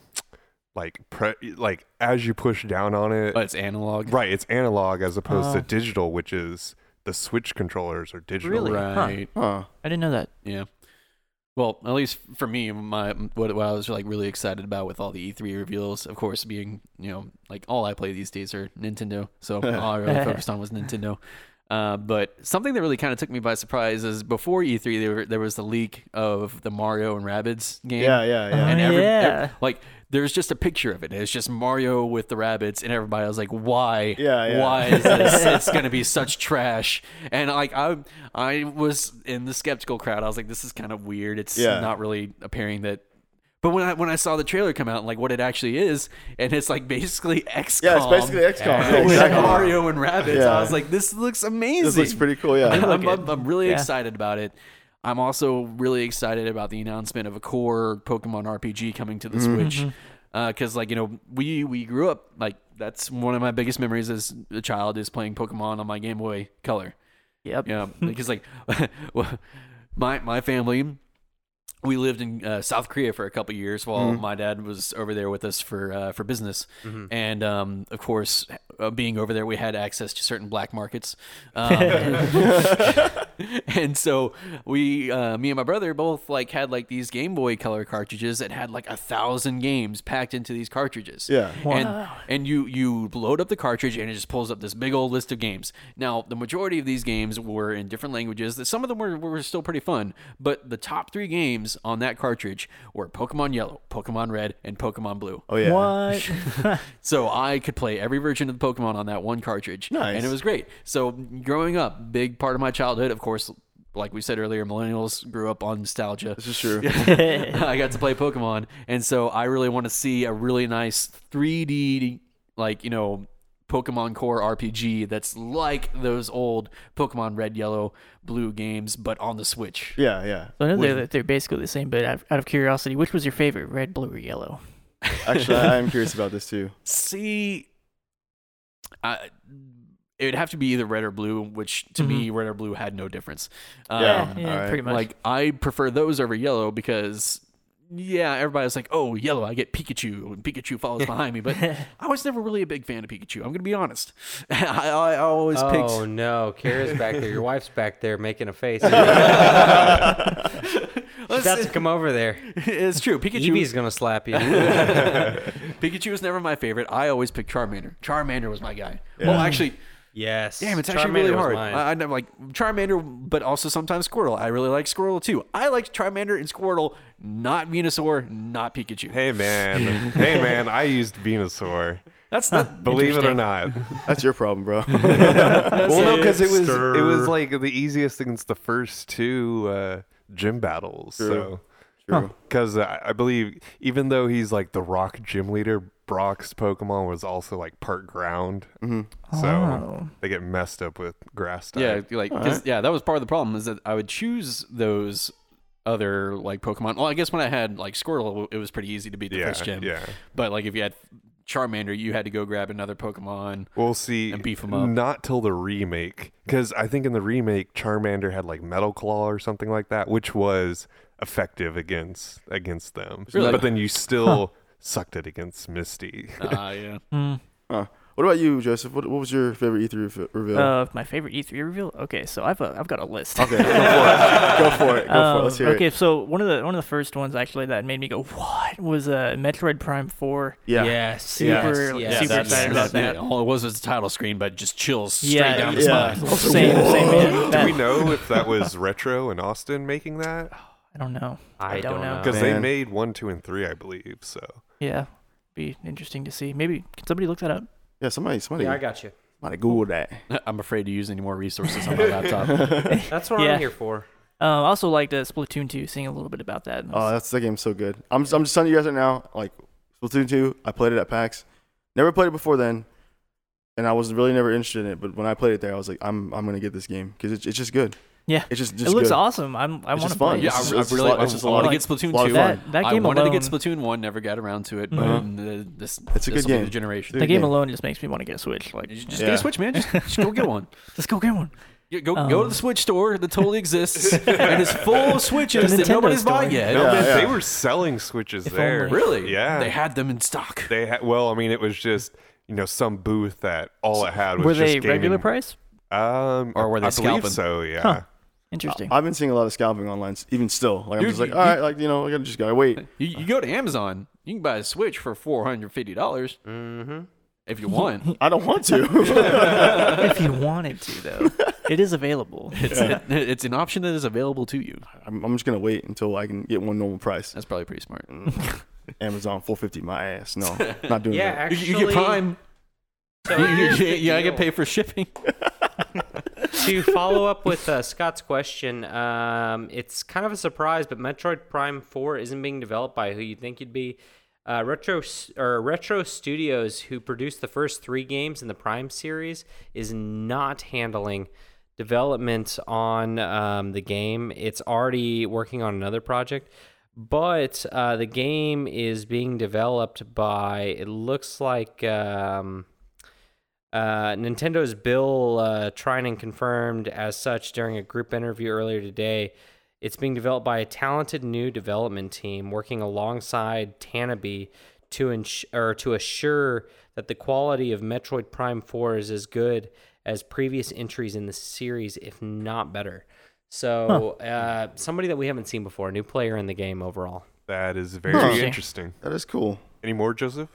[SPEAKER 5] like pre- like as you push down on it,
[SPEAKER 1] But it's analog.
[SPEAKER 5] right? It's analog as opposed
[SPEAKER 3] Oh.
[SPEAKER 1] Uh.
[SPEAKER 5] to digital, which is the Switch controllers are digital.
[SPEAKER 3] Really? Huh.
[SPEAKER 1] Right.
[SPEAKER 2] Huh.
[SPEAKER 3] I didn't know that.
[SPEAKER 1] Yeah. Well, at least for me, my what, what I was like really excited about with all the E3 reveals, of course, being you know like all I play these days are Nintendo, so all I really focused on was Nintendo. Uh, but something that really kind of took me by surprise is before E3, there were, there was the leak of the Mario and Rabbids game.
[SPEAKER 2] Yeah, yeah, yeah.
[SPEAKER 1] And
[SPEAKER 3] Oh,
[SPEAKER 1] every,
[SPEAKER 3] yeah.
[SPEAKER 1] ev- like there's just a picture of it. It's just Mario with the rabbits, and everybody was like, "Why?
[SPEAKER 2] Yeah, yeah.
[SPEAKER 1] Why is this? it's gonna be such trash." And like I, I was in the skeptical crowd. I was like, "This is kind of weird. It's
[SPEAKER 2] Yeah.
[SPEAKER 1] not really appearing that." But when I when I saw the trailer come out, and like what it actually is, and it's like basically XCOM.
[SPEAKER 2] Yeah, it's basically XCOM. Yeah,
[SPEAKER 1] with
[SPEAKER 2] exactly.
[SPEAKER 1] Mario and rabbits.
[SPEAKER 2] Yeah.
[SPEAKER 1] I was like, "This looks amazing.
[SPEAKER 2] This looks pretty cool. Yeah.
[SPEAKER 1] I'm, I'm, I'm really
[SPEAKER 3] Yeah.
[SPEAKER 1] excited about it. I'm also really excited about the announcement of a core Pokemon RPG coming to the
[SPEAKER 3] Mm-hmm.
[SPEAKER 1] Switch. Because, like, you know, we, we grew up, like, that's one of my biggest memories as a child is playing Pokemon on my Game Boy Color.
[SPEAKER 3] Yep.
[SPEAKER 1] Yeah, because like my my family, we lived in uh, South Korea for a couple years while
[SPEAKER 3] Mm-hmm.
[SPEAKER 1] my dad was over there with us for uh, for business,
[SPEAKER 4] Mm-hmm.
[SPEAKER 1] and um, of course, uh, being over there, we had access to certain black markets, um, and so we, uh, me and my brother, both like had like these Game Boy Color cartridges that had like a thousand games packed into these cartridges.
[SPEAKER 2] Yeah.
[SPEAKER 1] And, and you you load up the cartridge and it just pulls up this big old list of games. Now the majority of these games were in different languages. That some of them were were still pretty fun, but the top three games on that cartridge were Pokemon Yellow, Pokemon Red, and Pokemon Blue.
[SPEAKER 2] Oh yeah.
[SPEAKER 3] What?
[SPEAKER 1] So I could play every version of Pokemon on that one cartridge.
[SPEAKER 2] Nice.
[SPEAKER 1] And it was great. So growing up, big part of my childhood, of course, like we said earlier, millennials grew up on nostalgia.
[SPEAKER 2] This is true.
[SPEAKER 1] I got to play Pokemon, and so I really want to see a really nice 3D, like you know, Pokemon Core RPG that's like those old Pokemon Red, Yellow, Blue games, but on the Switch.
[SPEAKER 2] Yeah, yeah.
[SPEAKER 3] I know they're, they're basically the same, but out of, out of curiosity, which was your favorite, red, blue, or yellow?
[SPEAKER 2] Actually, I am curious about this too.
[SPEAKER 1] See, I, it would have to be either red or blue, which to me, red or blue had no difference.
[SPEAKER 2] Yeah.
[SPEAKER 1] Um,
[SPEAKER 3] Mm-hmm. yeah,
[SPEAKER 2] alright.
[SPEAKER 3] pretty much.
[SPEAKER 1] Like I prefer those over yellow because yeah, everybody's like, "Oh, yellow, I get Pikachu, and Pikachu follows behind me." But I was never really a big fan of Pikachu. I'm gonna be honest. I, I always
[SPEAKER 4] Oh
[SPEAKER 1] picked.
[SPEAKER 4] no, Kara's back there. Your wife's back there making a face. She's about to come over there.
[SPEAKER 1] it's true. Pikachu.
[SPEAKER 4] Evie's gonna slap you.
[SPEAKER 1] Pikachu was never my favorite. I always picked Charmander. Charmander was my guy. Well, actually,
[SPEAKER 4] yes.
[SPEAKER 1] damn, it's
[SPEAKER 4] Charmander
[SPEAKER 1] actually really
[SPEAKER 4] was
[SPEAKER 1] hard. Uh,
[SPEAKER 4] mine.
[SPEAKER 1] I, I never like Charmander, but also sometimes Squirtle. I really like Squirtle too. I liked Charmander and Squirtle, not Venusaur, not Pikachu.
[SPEAKER 5] Hey man, hey man, I used Venusaur.
[SPEAKER 1] That's not
[SPEAKER 5] Believe it or not.
[SPEAKER 2] That's your problem, bro.
[SPEAKER 5] well, no, because it was it was
[SPEAKER 2] Hipster.
[SPEAKER 5] like the easiest against the first two uh, gym battles. So
[SPEAKER 2] True.
[SPEAKER 5] because I, I believe even though he's like the Rock gym leader, Brock's Pokemon was also like part ground, so
[SPEAKER 3] Oh.
[SPEAKER 5] they get messed up with grass type.
[SPEAKER 1] Mm-hmm. Yeah, like 'cause- yeah, that was part of the problem is that I would choose those other like Pokemon. Well, I guess when I had like Squirtle, it was pretty easy to beat the
[SPEAKER 5] Yeah,
[SPEAKER 1] first gym.
[SPEAKER 5] yeah.
[SPEAKER 1] But like if you had Charmander, you had to go grab another Pokemon.
[SPEAKER 5] We'll see.
[SPEAKER 1] And beef 'em up.
[SPEAKER 5] Not till the remake, because I think in the remake Charmander had like Metal Claw or something like that, which was effective against against them.
[SPEAKER 1] Really?
[SPEAKER 5] But then you still sucked it against Misty.
[SPEAKER 3] Hmm.
[SPEAKER 1] Ah, Uh, yeah.
[SPEAKER 2] Huh. What about you, Joseph? What, what was your favorite E3 refi- reveal?
[SPEAKER 3] Uh, my favorite E3 reveal. Okay, so I've uh, I've got a list.
[SPEAKER 2] okay, go for it. Go for it. Go for it. Let's
[SPEAKER 3] Um,
[SPEAKER 2] hear
[SPEAKER 3] okay, so one of the one of the first ones actually that made me go, "What?" was uh, Metroid Prime Four.
[SPEAKER 2] it. Yeah.
[SPEAKER 1] Yes.
[SPEAKER 3] Super,
[SPEAKER 1] yes,
[SPEAKER 3] super
[SPEAKER 1] that's-
[SPEAKER 3] excited about that.
[SPEAKER 1] All it was was the title screen, but just chills straight
[SPEAKER 3] yeah,
[SPEAKER 1] down the
[SPEAKER 2] yeah.
[SPEAKER 1] spine.
[SPEAKER 3] Same, same. yeah,
[SPEAKER 5] Do we
[SPEAKER 3] that-
[SPEAKER 5] know if that was Retro and Austin making that?
[SPEAKER 3] I don't know.
[SPEAKER 4] I,
[SPEAKER 3] don't know.
[SPEAKER 1] Oh,
[SPEAKER 5] Because they
[SPEAKER 2] Man.
[SPEAKER 5] made one, two, and three, I believe. So
[SPEAKER 3] Yeah, be interesting to see. Maybe can somebody look that up?
[SPEAKER 2] Yeah. Somebody, somebody,
[SPEAKER 4] Yeah, I got you.
[SPEAKER 2] somebody Google that.
[SPEAKER 1] I'm afraid to use any more resources on my laptop.
[SPEAKER 4] That's what
[SPEAKER 3] Yeah.
[SPEAKER 4] I'm here for.
[SPEAKER 3] Um, I also liked uh, Splatoon 2, seeing a little bit about that.
[SPEAKER 2] Oh, that's that game's so good. I'm just, I'm just telling you guys right now. Like Splatoon 2, I played it at PAX. Never played it before then, and I was really never interested in it. But when I played it there, I was like, I'm I'm gonna get this game because it's, it's just good.
[SPEAKER 3] Yeah.
[SPEAKER 2] It's just,
[SPEAKER 3] it
[SPEAKER 2] just
[SPEAKER 3] looks
[SPEAKER 2] good.
[SPEAKER 3] awesome. I'm, I
[SPEAKER 2] It's
[SPEAKER 3] want
[SPEAKER 2] just
[SPEAKER 3] to
[SPEAKER 2] fun.
[SPEAKER 3] play.
[SPEAKER 1] Oh, yeah,
[SPEAKER 3] it.
[SPEAKER 1] I,
[SPEAKER 2] It's
[SPEAKER 1] I
[SPEAKER 2] just a
[SPEAKER 1] really
[SPEAKER 2] lot-
[SPEAKER 1] I
[SPEAKER 2] it's
[SPEAKER 1] just
[SPEAKER 2] just a
[SPEAKER 1] want
[SPEAKER 2] lot
[SPEAKER 1] to
[SPEAKER 2] of-
[SPEAKER 1] get Splatoon
[SPEAKER 2] lot of
[SPEAKER 1] two.
[SPEAKER 2] fun.
[SPEAKER 3] That- that
[SPEAKER 1] I
[SPEAKER 3] game
[SPEAKER 1] wanted to
[SPEAKER 3] alone- Mm-hmm.
[SPEAKER 1] get Splatoon one, never got around to it. But
[SPEAKER 2] Uh-huh.
[SPEAKER 1] um, the- this
[SPEAKER 2] It's a good
[SPEAKER 1] this will be
[SPEAKER 2] game.
[SPEAKER 1] The generation.
[SPEAKER 2] Dude.
[SPEAKER 3] That game
[SPEAKER 2] game.
[SPEAKER 3] alone just makes me want to get a Switch. Like,
[SPEAKER 1] You just
[SPEAKER 2] Yeah.
[SPEAKER 1] get a Switch, man. Just, just go get one.
[SPEAKER 3] let's go get one.
[SPEAKER 1] You go go to
[SPEAKER 3] Um,
[SPEAKER 1] the Switch store that totally exists and it's full of Switches
[SPEAKER 3] The
[SPEAKER 1] that
[SPEAKER 3] Nintendo
[SPEAKER 1] nobody's buying
[SPEAKER 3] store.
[SPEAKER 1] yet.
[SPEAKER 5] no,
[SPEAKER 2] Yeah,
[SPEAKER 5] man,
[SPEAKER 2] yeah.
[SPEAKER 5] they were selling Switches
[SPEAKER 3] If
[SPEAKER 5] there.
[SPEAKER 3] only.
[SPEAKER 1] Really?
[SPEAKER 5] Yeah.
[SPEAKER 1] They had them in stock.
[SPEAKER 5] They had. Well, I mean, it was just you know some booth that all it had was
[SPEAKER 3] Were
[SPEAKER 5] just
[SPEAKER 3] they
[SPEAKER 5] gaming.
[SPEAKER 3] regular price?
[SPEAKER 5] Um,
[SPEAKER 1] Or were they
[SPEAKER 5] I believe
[SPEAKER 1] scalping?
[SPEAKER 5] so. Yeah.
[SPEAKER 3] Huh. Interesting.
[SPEAKER 2] I've been seeing a lot of scalping online, s- even still. Like I'm
[SPEAKER 1] Dude,
[SPEAKER 2] just like,
[SPEAKER 1] you-
[SPEAKER 2] all right, like you know, I gotta just gotta wait.
[SPEAKER 1] You, you go to Amazon, you can buy a Switch for four hundred fifty dollars
[SPEAKER 4] Mm-hmm.
[SPEAKER 1] if you want.
[SPEAKER 2] I don't want to.
[SPEAKER 3] if you wanted to, though, it is available.
[SPEAKER 1] It's, it's an option that is available to you.
[SPEAKER 2] I'm, I'm just gonna wait until I can get one normal price.
[SPEAKER 1] That's probably pretty smart.
[SPEAKER 2] Amazon 450, my ass. No, not doing
[SPEAKER 4] Yeah,
[SPEAKER 2] that.
[SPEAKER 1] You,
[SPEAKER 4] actually.
[SPEAKER 1] you get Prime.
[SPEAKER 4] so
[SPEAKER 1] You- you-
[SPEAKER 4] here's the
[SPEAKER 1] yeah, I
[SPEAKER 4] deal.
[SPEAKER 1] can pay for shipping.
[SPEAKER 4] to follow up with uh, Scott's question, um, it's kind of a surprise, but Metroid Prime Four isn't being developed by who you'd think it'd be. Uh, Retro S- or Retro Studios, who produced the first three games in the Prime series, is not handling development on um, the game. It's already working on another project, but uh, the game is being developed by. It looks like. Um, uh, Nintendo's Bill uh, Trinan confirmed as such during a group interview earlier today. It's being developed by a talented new development team working alongside Tanabe to ins- or to assure that the quality of Metroid Prime 4 is as good as previous entries in the series, if not better. So, uh, somebody that we haven't seen before, a new player in the game overall.
[SPEAKER 5] That is very
[SPEAKER 3] Interesting.
[SPEAKER 5] interesting.
[SPEAKER 2] That is cool.
[SPEAKER 5] Any more, Joseph?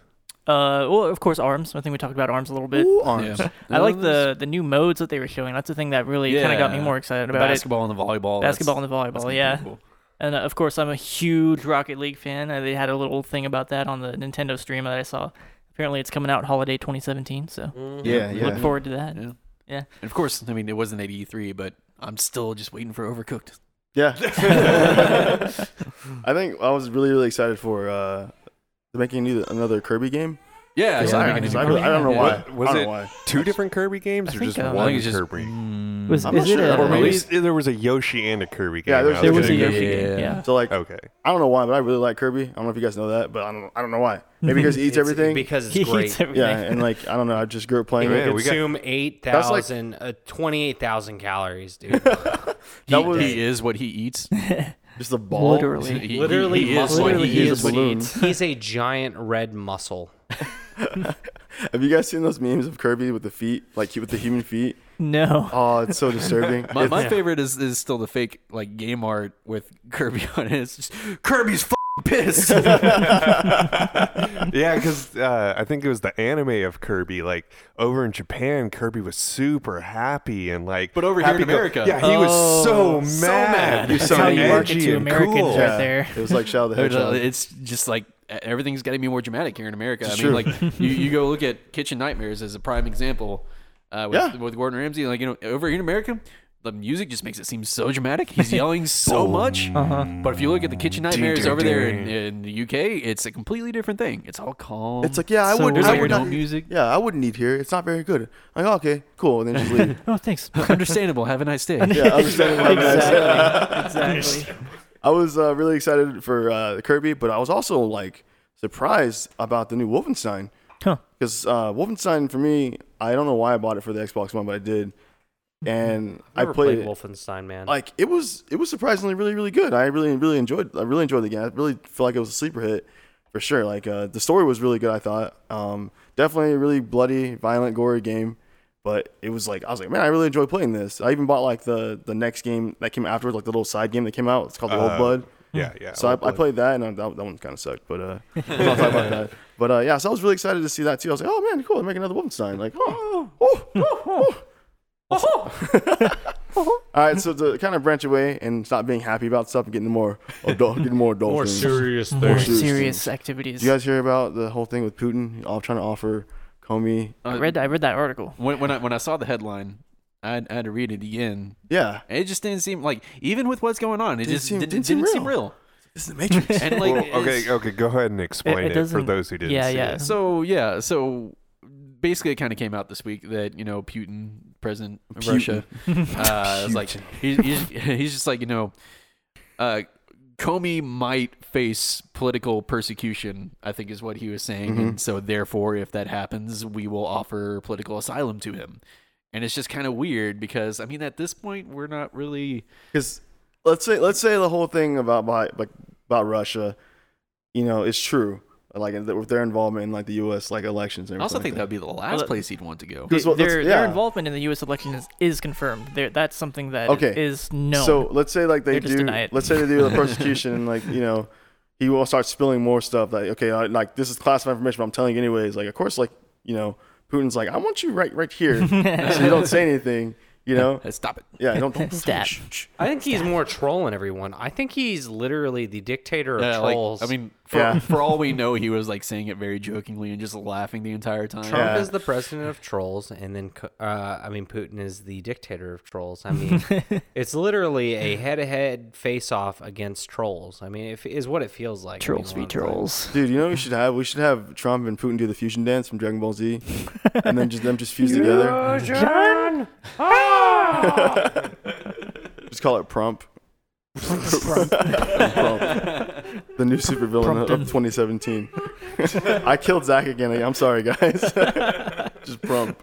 [SPEAKER 3] Uh, well, of course, ARMS. I think we talked about ARMS a little bit.
[SPEAKER 2] Ooh, arms.
[SPEAKER 1] Yeah.
[SPEAKER 3] I like the the new modes that they were showing. That's the thing that really kind of got me
[SPEAKER 1] Yeah.
[SPEAKER 3] more excited about it.
[SPEAKER 1] basketball and the volleyball.
[SPEAKER 3] Basketball
[SPEAKER 1] that's-
[SPEAKER 3] and the volleyball,
[SPEAKER 1] that's
[SPEAKER 3] yeah.
[SPEAKER 1] cool.
[SPEAKER 3] And uh, of course, I'm a huge Rocket League fan. Uh, they had a little thing about that on the Nintendo stream that I saw. Apparently, it's coming out holiday 2017, so
[SPEAKER 2] Yeah, yeah.
[SPEAKER 3] look forward to that.
[SPEAKER 1] Yeah.
[SPEAKER 3] Yeah.
[SPEAKER 1] And of course, I mean, it wasn't 83, but I'm still just waiting for Overcooked.
[SPEAKER 2] Yeah. I think I was really, really excited for uh, they're making new, another Kirby game.
[SPEAKER 1] Yeah,
[SPEAKER 3] Yeah,
[SPEAKER 1] so
[SPEAKER 2] I,
[SPEAKER 1] I'm
[SPEAKER 3] making
[SPEAKER 2] I
[SPEAKER 1] gonna do
[SPEAKER 3] a new
[SPEAKER 2] really- I don't know
[SPEAKER 3] Kirby
[SPEAKER 2] why.
[SPEAKER 5] game. Was
[SPEAKER 2] I don't
[SPEAKER 5] it
[SPEAKER 2] know why.
[SPEAKER 5] Two different Kirby games,
[SPEAKER 3] I
[SPEAKER 5] or
[SPEAKER 3] think,
[SPEAKER 5] just
[SPEAKER 3] uh, I
[SPEAKER 5] one
[SPEAKER 1] think it's just-
[SPEAKER 5] Kirby?
[SPEAKER 3] Was,
[SPEAKER 2] I'm
[SPEAKER 3] is
[SPEAKER 2] not
[SPEAKER 3] it
[SPEAKER 2] sure.
[SPEAKER 3] a,
[SPEAKER 5] Or
[SPEAKER 2] Kirby.
[SPEAKER 5] maybe s- there was a Yoshi and a Kirby game.
[SPEAKER 2] Yeah, there
[SPEAKER 5] out.
[SPEAKER 3] There was a
[SPEAKER 5] Okay.
[SPEAKER 3] Yoshi
[SPEAKER 1] Yeah.
[SPEAKER 3] game, yeah.
[SPEAKER 2] So like,
[SPEAKER 5] Okay.
[SPEAKER 2] I don't know why, but I really like Kirby. I don't know if you guys know that, but I don't, I don't know why. Maybe because he eats
[SPEAKER 4] It's-
[SPEAKER 2] everything.
[SPEAKER 4] Because
[SPEAKER 3] He
[SPEAKER 4] it's great.
[SPEAKER 3] eats everything.
[SPEAKER 2] yeah, and like I don't know, I just grew up playing
[SPEAKER 5] Yeah,
[SPEAKER 2] it.
[SPEAKER 5] we got-
[SPEAKER 4] consume 8,000, uh, 28,000 calories, dude.
[SPEAKER 1] He,
[SPEAKER 2] was-
[SPEAKER 1] he is what he eats.
[SPEAKER 2] Just a ball.
[SPEAKER 1] He-
[SPEAKER 3] Literally.
[SPEAKER 1] he-
[SPEAKER 4] Literally
[SPEAKER 1] he is
[SPEAKER 4] muscle.
[SPEAKER 1] what
[SPEAKER 3] Literally
[SPEAKER 1] he
[SPEAKER 3] he
[SPEAKER 1] is.
[SPEAKER 3] is
[SPEAKER 1] what he
[SPEAKER 2] balloon.
[SPEAKER 1] eats.
[SPEAKER 4] He's a giant red muscle.
[SPEAKER 2] Have you guys seen those memes of Kirby with the feet, like with the human feet?
[SPEAKER 3] No.
[SPEAKER 2] Oh, it's so disturbing.
[SPEAKER 1] My,
[SPEAKER 2] It's-
[SPEAKER 1] my favorite is, is still the fake like game art with Kirby on it. It's just Kirby's f***ing pissed.
[SPEAKER 5] yeah, because uh, I think it was the anime of Kirby. Like over in Japan, Kirby was super happy and like.
[SPEAKER 1] But over here in
[SPEAKER 5] happy go-
[SPEAKER 1] America-
[SPEAKER 5] yeah, he was so mad.
[SPEAKER 1] mad.
[SPEAKER 5] You're
[SPEAKER 2] That's
[SPEAKER 5] so
[SPEAKER 2] how you
[SPEAKER 3] market
[SPEAKER 5] edgy
[SPEAKER 3] to
[SPEAKER 5] and
[SPEAKER 3] Americans
[SPEAKER 5] cool.
[SPEAKER 3] right
[SPEAKER 2] Yeah,
[SPEAKER 3] there.
[SPEAKER 2] It was like Shadow the
[SPEAKER 1] But, uh,
[SPEAKER 2] Hedgehog.
[SPEAKER 1] it's just like e- everything's got to be more dramatic here in America. I
[SPEAKER 2] It's
[SPEAKER 1] mean,
[SPEAKER 2] true.
[SPEAKER 1] like you, you go look at Kitchen Nightmares as a prime example uh, with,
[SPEAKER 2] Yeah.
[SPEAKER 1] with Gordon Ramsay. Like you know, over here in America, the music just makes it seem so dramatic. He's yelling so much. But if you look at the Kitchen Nightmares over there in, in the UK, it's a completely different thing. It's all calm.
[SPEAKER 2] It's like, yeah, I
[SPEAKER 3] So
[SPEAKER 2] would,
[SPEAKER 3] there's
[SPEAKER 2] I
[SPEAKER 3] like
[SPEAKER 2] would
[SPEAKER 1] no
[SPEAKER 2] not,
[SPEAKER 1] music.
[SPEAKER 2] Yeah, I wouldn't eat here. It's not very good. Like, oh, okay, cool, and then just leave.
[SPEAKER 3] Oh, thanks.
[SPEAKER 1] understandable. Have a nice day.
[SPEAKER 2] yeah, I was saying what I said.
[SPEAKER 3] exactly. Exactly.
[SPEAKER 2] I was uh, really excited for uh, Kirby, but I was also like surprised about the new Wolfenstein
[SPEAKER 3] Huh.
[SPEAKER 2] because uh, Wolfenstein for me, I don't know why I bought it for the Xbox One, but I did, and I
[SPEAKER 4] Never
[SPEAKER 2] played, it.
[SPEAKER 4] played Wolfenstein, man.
[SPEAKER 2] Like it was, it was surprisingly really, really good. I really, really enjoyed. I really enjoyed the game. I really feel like it was a sleeper hit for sure. Like uh, the story was really good. I thought um, definitely a really bloody, violent, gory game. But it was like I was like, man, I really enjoy playing this. I even bought like the the next game that came afterwards, like the little side game that came out. It's called The Old
[SPEAKER 5] Uh,
[SPEAKER 2] Blood.
[SPEAKER 5] Yeah, yeah.
[SPEAKER 1] oh,
[SPEAKER 2] So I, I
[SPEAKER 5] Blood.
[SPEAKER 2] played that, and uh, that, that one kind of sucked. But uh, we'll not talk about that. But uh, yeah, so I was really excited to see that too. I was like, oh man, cool, they make another Wolfenstein. Like, oh, oh, oh, oh. All right, so to kind of branch away and stop being happy about stuff and getting more adult, getting more adult
[SPEAKER 4] More
[SPEAKER 2] things.
[SPEAKER 4] serious
[SPEAKER 3] More
[SPEAKER 4] things.
[SPEAKER 2] serious
[SPEAKER 3] serious activities.
[SPEAKER 2] Did you guys hear about the whole thing with Putin? All trying to offer Comey.
[SPEAKER 3] I read I read that article.
[SPEAKER 1] Uh, when, when I when I saw the headline, I had, I had to read it again.
[SPEAKER 2] Yeah,
[SPEAKER 1] It just didn't seem like even with what's going on, it
[SPEAKER 2] Didn't
[SPEAKER 1] just
[SPEAKER 2] seem-
[SPEAKER 1] didn't,
[SPEAKER 2] didn't
[SPEAKER 1] didn't,
[SPEAKER 2] seem
[SPEAKER 1] seem real.
[SPEAKER 2] this is the Matrix.
[SPEAKER 1] And like,
[SPEAKER 5] Well, okay,
[SPEAKER 1] it's-
[SPEAKER 5] okay. Go ahead and explain
[SPEAKER 3] it
[SPEAKER 5] it, for
[SPEAKER 3] doesn't-
[SPEAKER 5] those who didn't.
[SPEAKER 3] yeah,
[SPEAKER 5] see
[SPEAKER 3] yeah.
[SPEAKER 5] It.
[SPEAKER 1] So yeah, so basically, it kind of came out this week that you know Putin, president of
[SPEAKER 2] Putin.
[SPEAKER 1] Russia, uh, was like he's, he's he's just like you know, uh, Comey might face political persecution. I think is what he was saying,
[SPEAKER 2] Mm-hmm.
[SPEAKER 1] and so therefore, if that happens, we will offer political asylum to him. And it's just kind of weird because I mean, at this point, we're not really
[SPEAKER 2] Because let's say let's say the whole thing about by, like about Russia, you know, is true. Like with their involvement in like the U.S. like elections. And
[SPEAKER 1] I also
[SPEAKER 2] everything
[SPEAKER 1] think that
[SPEAKER 2] like
[SPEAKER 1] would be the
[SPEAKER 3] Well,
[SPEAKER 1] last
[SPEAKER 3] that-
[SPEAKER 1] place he'd want to go.
[SPEAKER 2] That's what- that's-
[SPEAKER 3] their,
[SPEAKER 2] yeah.
[SPEAKER 3] their involvement in the U.S. election is, is confirmed. There, that's something that is
[SPEAKER 2] Okay.
[SPEAKER 3] known.
[SPEAKER 2] So let's say like they
[SPEAKER 3] They just
[SPEAKER 2] do.
[SPEAKER 3] deny it.
[SPEAKER 2] Let's say they do the persecution, and like you know, he will start spilling more stuff. Like okay, I, like this is classified information, but I'm telling you anyways. Like of course, like you know, Putin's like, I want you right right here, so you don't say anything. You know,
[SPEAKER 1] Stop it.
[SPEAKER 2] yeah, don't don't
[SPEAKER 3] Stat.
[SPEAKER 2] Shh, shh.
[SPEAKER 4] I think he's more trolling everyone. I think he's literally the dictator of
[SPEAKER 1] Yeah, like,
[SPEAKER 4] trolls.
[SPEAKER 1] I mean, for,
[SPEAKER 2] Yeah.
[SPEAKER 1] for all we know, he was like saying it very jokingly and just laughing the entire time.
[SPEAKER 4] Trump
[SPEAKER 2] Yeah.
[SPEAKER 4] is the president of trolls, and then Co- uh, I mean Putin is the dictator of trolls. I mean, it's literally a head-to-head face-off against trolls. I mean, if, is what it feels like. I mean,
[SPEAKER 3] trolls
[SPEAKER 4] a
[SPEAKER 3] v
[SPEAKER 4] lot of times.
[SPEAKER 3] trolls.
[SPEAKER 2] Dude, you know what we should have? We should have Trump and Putin do the fusion dance from Dragon Ball Z, and then just them just fuse together. Ah! Just call it Prump. Prump. The new supervillain of 2017. I killed Zach again. I'm sorry, guys. just Prump.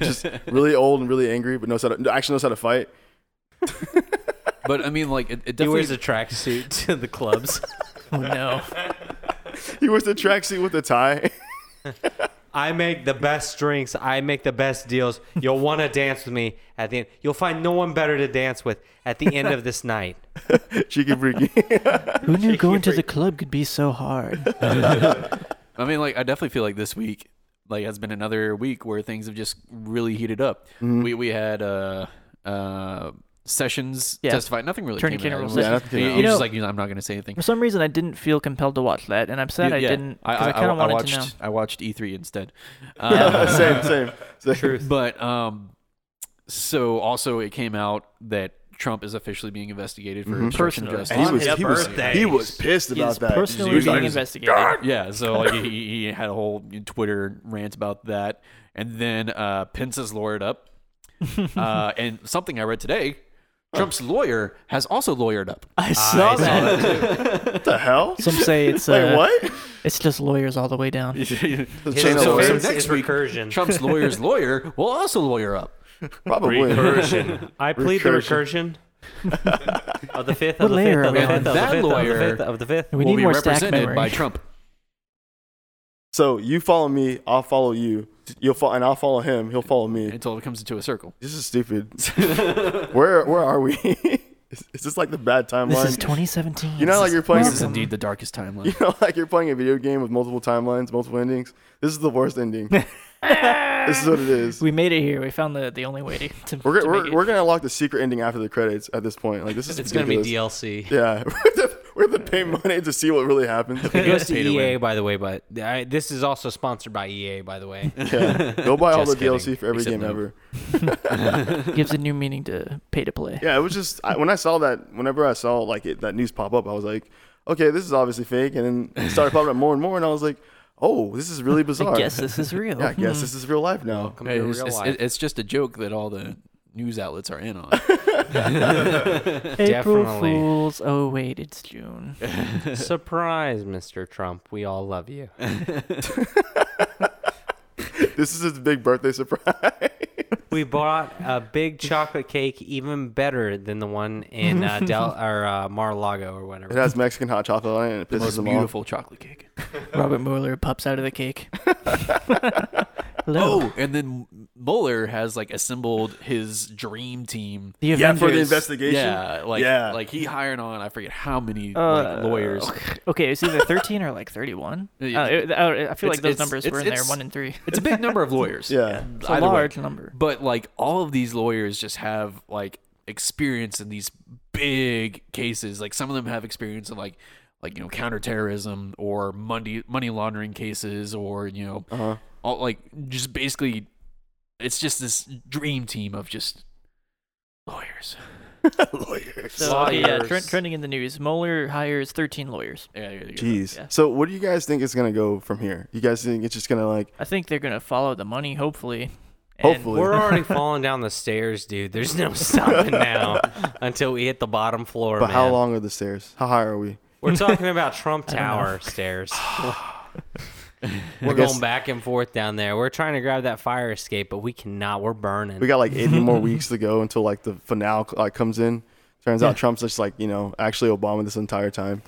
[SPEAKER 2] Just really old and really angry, but knows how to actually knows how to fight.
[SPEAKER 1] But I mean, like, it, it
[SPEAKER 4] He
[SPEAKER 1] definitely.
[SPEAKER 4] wears a tracksuit to the clubs.
[SPEAKER 3] Oh no!
[SPEAKER 2] He wears the tracksuit with the tie.
[SPEAKER 4] I make the best drinks. I make the best deals. You'll want to dance with me at the end. You'll find no one better to dance with at the end of this night.
[SPEAKER 2] Cheeky freaky.
[SPEAKER 3] Who knew going to the club could be so hard?
[SPEAKER 1] I mean, like, I definitely feel like this week, like, has been another week where things have just really heated up.
[SPEAKER 2] Mm-hmm.
[SPEAKER 1] We we had uh uh sessions
[SPEAKER 3] Yeah.
[SPEAKER 1] testify. Nothing really
[SPEAKER 3] Attorney
[SPEAKER 1] came out.
[SPEAKER 3] General
[SPEAKER 1] It was-
[SPEAKER 3] Sessions.
[SPEAKER 2] Yeah, nothing came
[SPEAKER 1] he- he
[SPEAKER 2] out.
[SPEAKER 3] You
[SPEAKER 1] was just
[SPEAKER 3] know-
[SPEAKER 1] like, you know, I'm not going to say anything.
[SPEAKER 3] For some reason, I didn't feel compelled to watch that, and I'm sad
[SPEAKER 1] You-
[SPEAKER 3] I
[SPEAKER 1] yeah.
[SPEAKER 3] didn't
[SPEAKER 1] I,
[SPEAKER 3] because I,
[SPEAKER 1] I,
[SPEAKER 3] kind of
[SPEAKER 1] I
[SPEAKER 3] wanted
[SPEAKER 1] watched,
[SPEAKER 3] to know.
[SPEAKER 1] I watched E3 instead. Uh, Um,
[SPEAKER 2] same, same. same.
[SPEAKER 1] But um, so also it came out that Trump is officially being investigated for obstruction of
[SPEAKER 3] Personally.
[SPEAKER 1] justice.
[SPEAKER 2] Mm-hmm. And he
[SPEAKER 4] On
[SPEAKER 2] was,
[SPEAKER 4] his
[SPEAKER 2] he, was,
[SPEAKER 4] birthday.
[SPEAKER 2] he was pissed
[SPEAKER 3] He
[SPEAKER 2] about
[SPEAKER 3] is
[SPEAKER 2] that.
[SPEAKER 3] personally
[SPEAKER 2] He was
[SPEAKER 3] being
[SPEAKER 2] like,
[SPEAKER 3] investigated.
[SPEAKER 1] Yeah, so like he, he had a whole Twitter rant about that, and then uh, Pence has lawyered up, uh, and something I read today, Trump's lawyer has also lawyered up.
[SPEAKER 3] I saw that.
[SPEAKER 2] What the hell?
[SPEAKER 3] Some say it's
[SPEAKER 2] Wait,
[SPEAKER 3] uh,
[SPEAKER 2] what?
[SPEAKER 3] It's just lawyers all the way down.
[SPEAKER 2] His chain of
[SPEAKER 1] so-
[SPEAKER 2] lawyers?
[SPEAKER 1] so next
[SPEAKER 4] is
[SPEAKER 1] week-
[SPEAKER 4] recursion.
[SPEAKER 1] Trump's lawyer's lawyer will also lawyer up.
[SPEAKER 2] Probably.
[SPEAKER 4] I plead the
[SPEAKER 2] Recursion.
[SPEAKER 4] recursion of the fifth,
[SPEAKER 3] What
[SPEAKER 4] of the
[SPEAKER 3] layer are
[SPEAKER 4] fifth, of the
[SPEAKER 3] we on?
[SPEAKER 4] fifth, of the
[SPEAKER 1] That
[SPEAKER 4] fifth, of the
[SPEAKER 1] lawyer-
[SPEAKER 4] fifth, of the fifth.
[SPEAKER 3] We
[SPEAKER 1] will
[SPEAKER 3] need
[SPEAKER 1] be
[SPEAKER 3] more stack
[SPEAKER 1] represented
[SPEAKER 3] memory.
[SPEAKER 1] by Trump.
[SPEAKER 2] So you follow me, I'll follow you. You'll follow, and I'll follow him. He'll follow me.
[SPEAKER 1] until it comes into a circle.
[SPEAKER 2] This is stupid. where where are we? is, is this like the bad
[SPEAKER 3] This
[SPEAKER 2] timeline?
[SPEAKER 3] is 2017.
[SPEAKER 2] you know, like you're playing.
[SPEAKER 1] This is indeed the darkest
[SPEAKER 2] You
[SPEAKER 1] timeline.
[SPEAKER 2] know, like you're playing a video game with multiple timelines, multiple endings. This is the worst ending. this is what it is.
[SPEAKER 3] we made it here. We found the, the only way to, to,
[SPEAKER 2] We're, gonna-
[SPEAKER 3] to make
[SPEAKER 2] we're,
[SPEAKER 3] it.
[SPEAKER 2] we're gonna unlock the secret ending after the credits. At this point, like this is
[SPEAKER 4] It's going to be
[SPEAKER 2] ridiculous.
[SPEAKER 4] DLC.
[SPEAKER 2] Yeah, we're gonna- we're gonna pay money to see what really happens.
[SPEAKER 4] It goes to
[SPEAKER 1] Pay to
[SPEAKER 4] EA,
[SPEAKER 1] win.
[SPEAKER 4] E by the way. But I, this is also sponsored by EA, by the way.
[SPEAKER 2] Yeah. Go buy all the
[SPEAKER 4] Just
[SPEAKER 2] DLC
[SPEAKER 4] kidding.
[SPEAKER 2] for every
[SPEAKER 1] Except
[SPEAKER 2] game
[SPEAKER 1] no.
[SPEAKER 2] ever.
[SPEAKER 3] gives a new meaning to pay to play.
[SPEAKER 2] Yeah, it was just I, when I saw that. Whenever I saw like it, that news pop up, I was like, okay, this is obviously fake. And then it started popping up more and more, and I was like, oh, this is really bizarre.
[SPEAKER 3] I guess this is real.
[SPEAKER 2] yeah, I guess this is real life now.
[SPEAKER 4] Welcome to
[SPEAKER 1] It's,
[SPEAKER 4] real
[SPEAKER 1] it's-
[SPEAKER 4] life.
[SPEAKER 1] it's just a joke that all the news outlets are in on.
[SPEAKER 3] Hmm. April
[SPEAKER 4] Definitely.
[SPEAKER 3] Fools. Oh wait, it's June.
[SPEAKER 4] Surprise, Mr. Trump. We all love you.
[SPEAKER 2] This is his big birthday surprise.
[SPEAKER 4] We bought a big chocolate cake, even better than the one in uh, Del or uh, Mar-a-Lago or
[SPEAKER 2] It
[SPEAKER 4] whatever.
[SPEAKER 2] has Mexican hot chocolate on it, and it pisses
[SPEAKER 1] Most
[SPEAKER 2] them
[SPEAKER 1] beautiful chocolate cake.
[SPEAKER 3] Robert Mueller pops out of the cake. Hello.
[SPEAKER 1] Oh, and then Mueller has like assembled his dream team.
[SPEAKER 3] The
[SPEAKER 2] yeah, for the
[SPEAKER 3] Avengers.
[SPEAKER 2] investigation.
[SPEAKER 1] Yeah, like
[SPEAKER 2] Yeah.
[SPEAKER 1] like he hired on I forget how many
[SPEAKER 3] Uh,
[SPEAKER 1] like, lawyers.
[SPEAKER 3] Okay, it's either 13 or like 31. Uh,
[SPEAKER 1] Yeah.
[SPEAKER 3] it- I I feel
[SPEAKER 1] It's-
[SPEAKER 3] like those
[SPEAKER 1] it's-
[SPEAKER 3] numbers
[SPEAKER 1] it's-
[SPEAKER 3] were in there,
[SPEAKER 1] it's-
[SPEAKER 3] one and three.
[SPEAKER 1] It's a big number of lawyers.
[SPEAKER 2] Yeah.
[SPEAKER 3] It's a
[SPEAKER 1] either way.
[SPEAKER 3] large number.
[SPEAKER 1] But like all of these lawyers just have like experience in these big cases. Like some of them have experience in like like you know counterterrorism or money money laundering cases or you know
[SPEAKER 2] Uh-huh.
[SPEAKER 1] all like just basically it's just this dream team of just lawyers.
[SPEAKER 2] Lawyers.
[SPEAKER 3] So Oh, yeah,
[SPEAKER 4] Lawyers.
[SPEAKER 3] trend, trending in the news. Mueller hires 13 lawyers.
[SPEAKER 1] Yeah, yeah, yeah.
[SPEAKER 2] Jeez.
[SPEAKER 3] Yeah.
[SPEAKER 2] So what do you guys think is gonna go from here? You guys think it's just gonna like
[SPEAKER 3] I think they're gonna follow the money, hopefully. And
[SPEAKER 2] Hopefully.
[SPEAKER 4] We're already falling down the stairs, dude. There's no stopping now until we hit the bottom floor.
[SPEAKER 2] but how
[SPEAKER 4] man.
[SPEAKER 2] long are the stairs? How high are we?
[SPEAKER 4] We're talking about Trump
[SPEAKER 3] I don't know.
[SPEAKER 4] Tower stairs. We're
[SPEAKER 2] guess-
[SPEAKER 4] going back and forth down there. We're trying to grab that fire escape, but we cannot. We're burning.
[SPEAKER 2] We got like 80 more weeks to go until like the finale like comes in. Turns out Trump's just like, you know, actually Obama this entire time.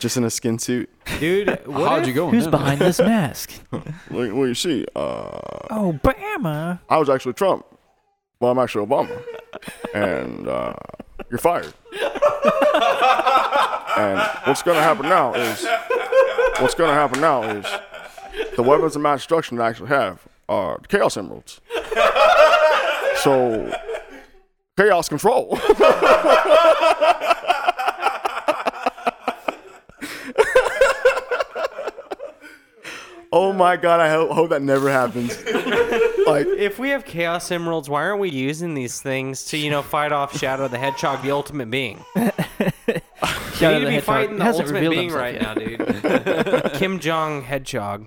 [SPEAKER 2] just in a skin suit.
[SPEAKER 4] dude, what
[SPEAKER 1] How'd
[SPEAKER 4] if-
[SPEAKER 1] you go?
[SPEAKER 3] Who's behind this mask?
[SPEAKER 2] Like, what do you see? Uh,
[SPEAKER 3] Obama.
[SPEAKER 2] I was actually Trump. Well, I'm actually Obama. And uh, you're fired. and what's going to happen now is what's going to happen now is the weapons of mass destruction I actually have are chaos emeralds. So chaos control. oh my god! I hope, hope that never happens. like
[SPEAKER 4] If we have Chaos Emeralds, why aren't we using these things to, you know, fight off Shadow the Hedgehog, the ultimate being?
[SPEAKER 3] Shout
[SPEAKER 4] you
[SPEAKER 3] out
[SPEAKER 4] need to
[SPEAKER 3] the
[SPEAKER 4] be
[SPEAKER 3] hedgehog.
[SPEAKER 4] fighting the
[SPEAKER 3] Hasn't
[SPEAKER 4] ultimate
[SPEAKER 3] revealed
[SPEAKER 4] being
[SPEAKER 3] himself
[SPEAKER 4] right
[SPEAKER 3] yet.
[SPEAKER 4] now, dude. Kim Jong Hedgehog.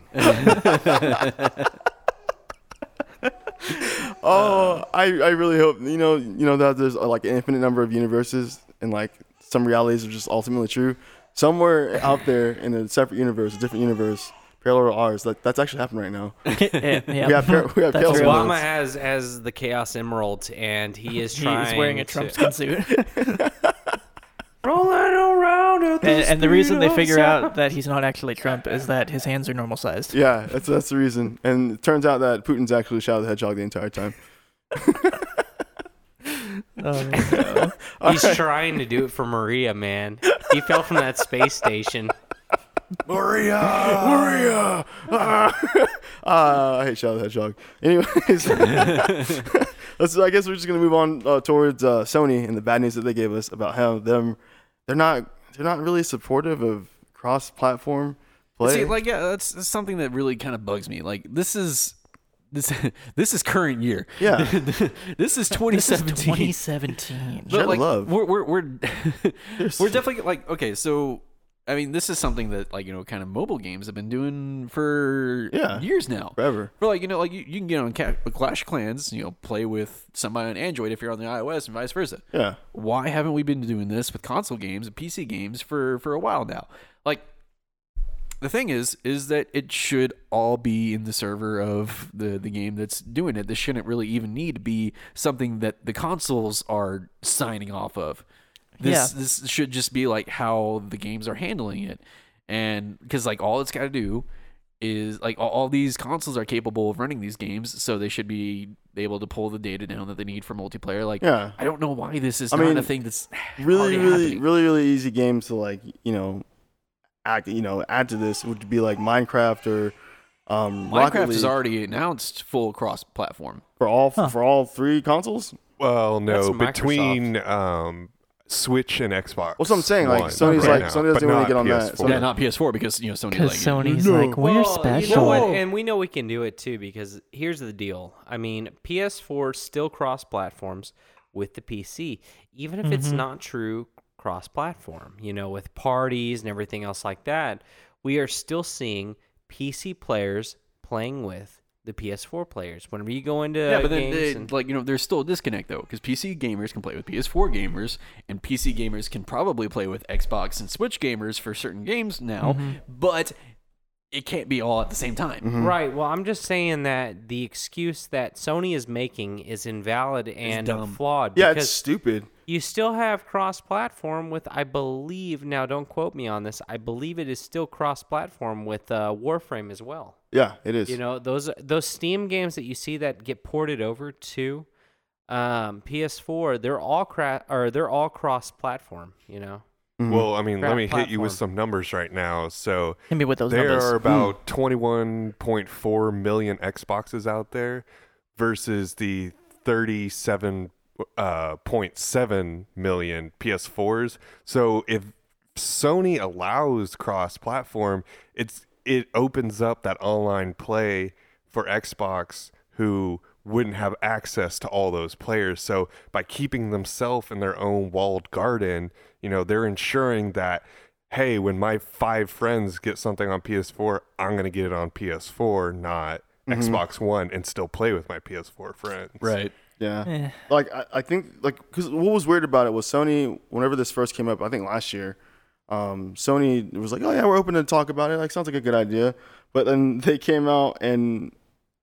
[SPEAKER 2] Oh, I, I really hope you know you know that there's uh, like an infinite number of universes and like some realities are just ultimately true. Somewhere out there in a separate universe, a different universe, parallel to ours, that that's actually happening right now.
[SPEAKER 3] yeah, yeah.
[SPEAKER 2] We have par- we have
[SPEAKER 3] That's
[SPEAKER 2] chaos
[SPEAKER 3] real.
[SPEAKER 2] emeralds.
[SPEAKER 4] Obama has has the Chaos Emeralds, and he is
[SPEAKER 3] He's
[SPEAKER 4] trying.
[SPEAKER 3] wearing a
[SPEAKER 4] to-
[SPEAKER 3] Trump skin suit.
[SPEAKER 4] Rolling around at
[SPEAKER 3] and, and the reason
[SPEAKER 4] speed
[SPEAKER 3] they
[SPEAKER 4] of
[SPEAKER 3] figure
[SPEAKER 4] sound.
[SPEAKER 3] out that he's not actually Trump is that his hands are normal sized.
[SPEAKER 2] Yeah, that's that's the reason. And it turns out that Putin's actually Shadow the Hedgehog the entire time.
[SPEAKER 4] He's trying to do it for Maria, man. He fell from that space station.
[SPEAKER 2] Maria, Maria. Ah. Ah, I hate Shadow the Hedgehog. Anyways, let's. I guess we're just gonna move on uh, towards uh, Sony and the bad news that they gave us about how them they're not they're not really supportive of cross-platform play.
[SPEAKER 1] See, like yeah, that's, that's something that really kind of bugs me. Like this is this this is current year.
[SPEAKER 2] Yeah.
[SPEAKER 1] this is 2017.
[SPEAKER 3] 2017.
[SPEAKER 1] But,
[SPEAKER 2] Share
[SPEAKER 1] like,
[SPEAKER 2] love.
[SPEAKER 1] We're we're we're, we're definitely like okay, so I mean, this is something that like you know, kind of mobile games have been doing for
[SPEAKER 2] Yeah.
[SPEAKER 1] years now.
[SPEAKER 2] Forever.
[SPEAKER 1] But like you know, like you, you can get on Ca- Clash of Clans, you know, play with somebody on Android if you're on the iOS and vice versa.
[SPEAKER 2] yeah,
[SPEAKER 1] Why haven't we been doing this with console games and PC games for for a while now? Like the thing is is that it should all be in the server of the the game that's doing it this shouldn't really even need to be something that the consoles are signing off of this
[SPEAKER 3] Yeah.
[SPEAKER 1] this should just be like how the games are handling it and because like all it's got to do is like all, all these consoles are capable of running these games so they should be able to pull the data down that they need for multiplayer like
[SPEAKER 2] Yeah.
[SPEAKER 1] i don't know why this is
[SPEAKER 2] I
[SPEAKER 1] not
[SPEAKER 2] mean,
[SPEAKER 1] a thing that's already
[SPEAKER 2] really, really,
[SPEAKER 1] happening.
[SPEAKER 2] really, really easy games to like you know act you know add to this would be like Minecraft or um, Rocket
[SPEAKER 1] minecraft
[SPEAKER 2] League
[SPEAKER 1] has already announced full cross platform
[SPEAKER 2] for all for all three consoles.
[SPEAKER 5] Well, no,
[SPEAKER 4] That's Microsoft.
[SPEAKER 5] between um, Switch and Xbox.
[SPEAKER 2] That's what I'm saying, like,
[SPEAKER 5] One
[SPEAKER 2] Sony's like-
[SPEAKER 5] right now,
[SPEAKER 2] Sony doesn't
[SPEAKER 5] but
[SPEAKER 2] even wanna
[SPEAKER 5] not
[SPEAKER 2] get on that.
[SPEAKER 5] PS4.
[SPEAKER 2] Sony-
[SPEAKER 1] yeah not ps4 because you know sony
[SPEAKER 3] Because
[SPEAKER 1] like
[SPEAKER 3] Sony's
[SPEAKER 2] No.
[SPEAKER 3] like, we're
[SPEAKER 4] Well,
[SPEAKER 3] special.
[SPEAKER 4] Oh, You know what? And we know we can do it too because here's the deal. I mean, PS4 still cross platforms with the PC, even if it's not true cross platform, you know, with parties and everything else like that. We are still seeing PC players playing with the PS4 players. Whenever you go into
[SPEAKER 1] yeah, but then
[SPEAKER 4] games
[SPEAKER 1] they,
[SPEAKER 4] and-
[SPEAKER 1] like you know, there's still a disconnect though, because PC gamers can play with PS4 gamers, and PC gamers can probably play with Xbox and Switch gamers for certain games now, but it can't be all at the same time.
[SPEAKER 2] Mm-hmm.
[SPEAKER 4] Right. Well, I'm just saying that the excuse that Sony is making is invalid and
[SPEAKER 1] dumb.
[SPEAKER 4] flawed.
[SPEAKER 2] Yeah,
[SPEAKER 4] because
[SPEAKER 2] it's stupid.
[SPEAKER 4] You still have cross platform with, I believe, now don't quote me on this, I believe it is still cross platform with uh, Warframe as well.
[SPEAKER 2] Yeah, it is.
[SPEAKER 4] You know, those those Steam games that you see that get ported over to um, PS4, they're all cra- or they're all cross platform, you know.
[SPEAKER 2] Mm-hmm.
[SPEAKER 5] Well, I mean,
[SPEAKER 4] Crap
[SPEAKER 5] let me hit you with
[SPEAKER 4] platform.
[SPEAKER 5] some numbers right now. So
[SPEAKER 3] Hit me with those
[SPEAKER 5] there
[SPEAKER 3] numbers.
[SPEAKER 5] are
[SPEAKER 2] Hmm.
[SPEAKER 5] about 21.4 million Xboxes out there versus the 37.7 million PS4s. So if Sony allows cross-platform, it's it opens up that online play for Xbox who wouldn't have access to all those players. So by keeping themselves in their own walled garden, you know, they're ensuring that hey, when my five friends get something on PS4, I'm going to get it on PS4, not Xbox One and still play with my PS4 friends.
[SPEAKER 1] Right.
[SPEAKER 2] Yeah.
[SPEAKER 3] Eh.
[SPEAKER 2] Like I, I think like because what was weird about it was Sony whenever this first came up, I think last year, um, Sony was like, oh yeah, we're open to talk about it. Like sounds like a good idea. But then they came out and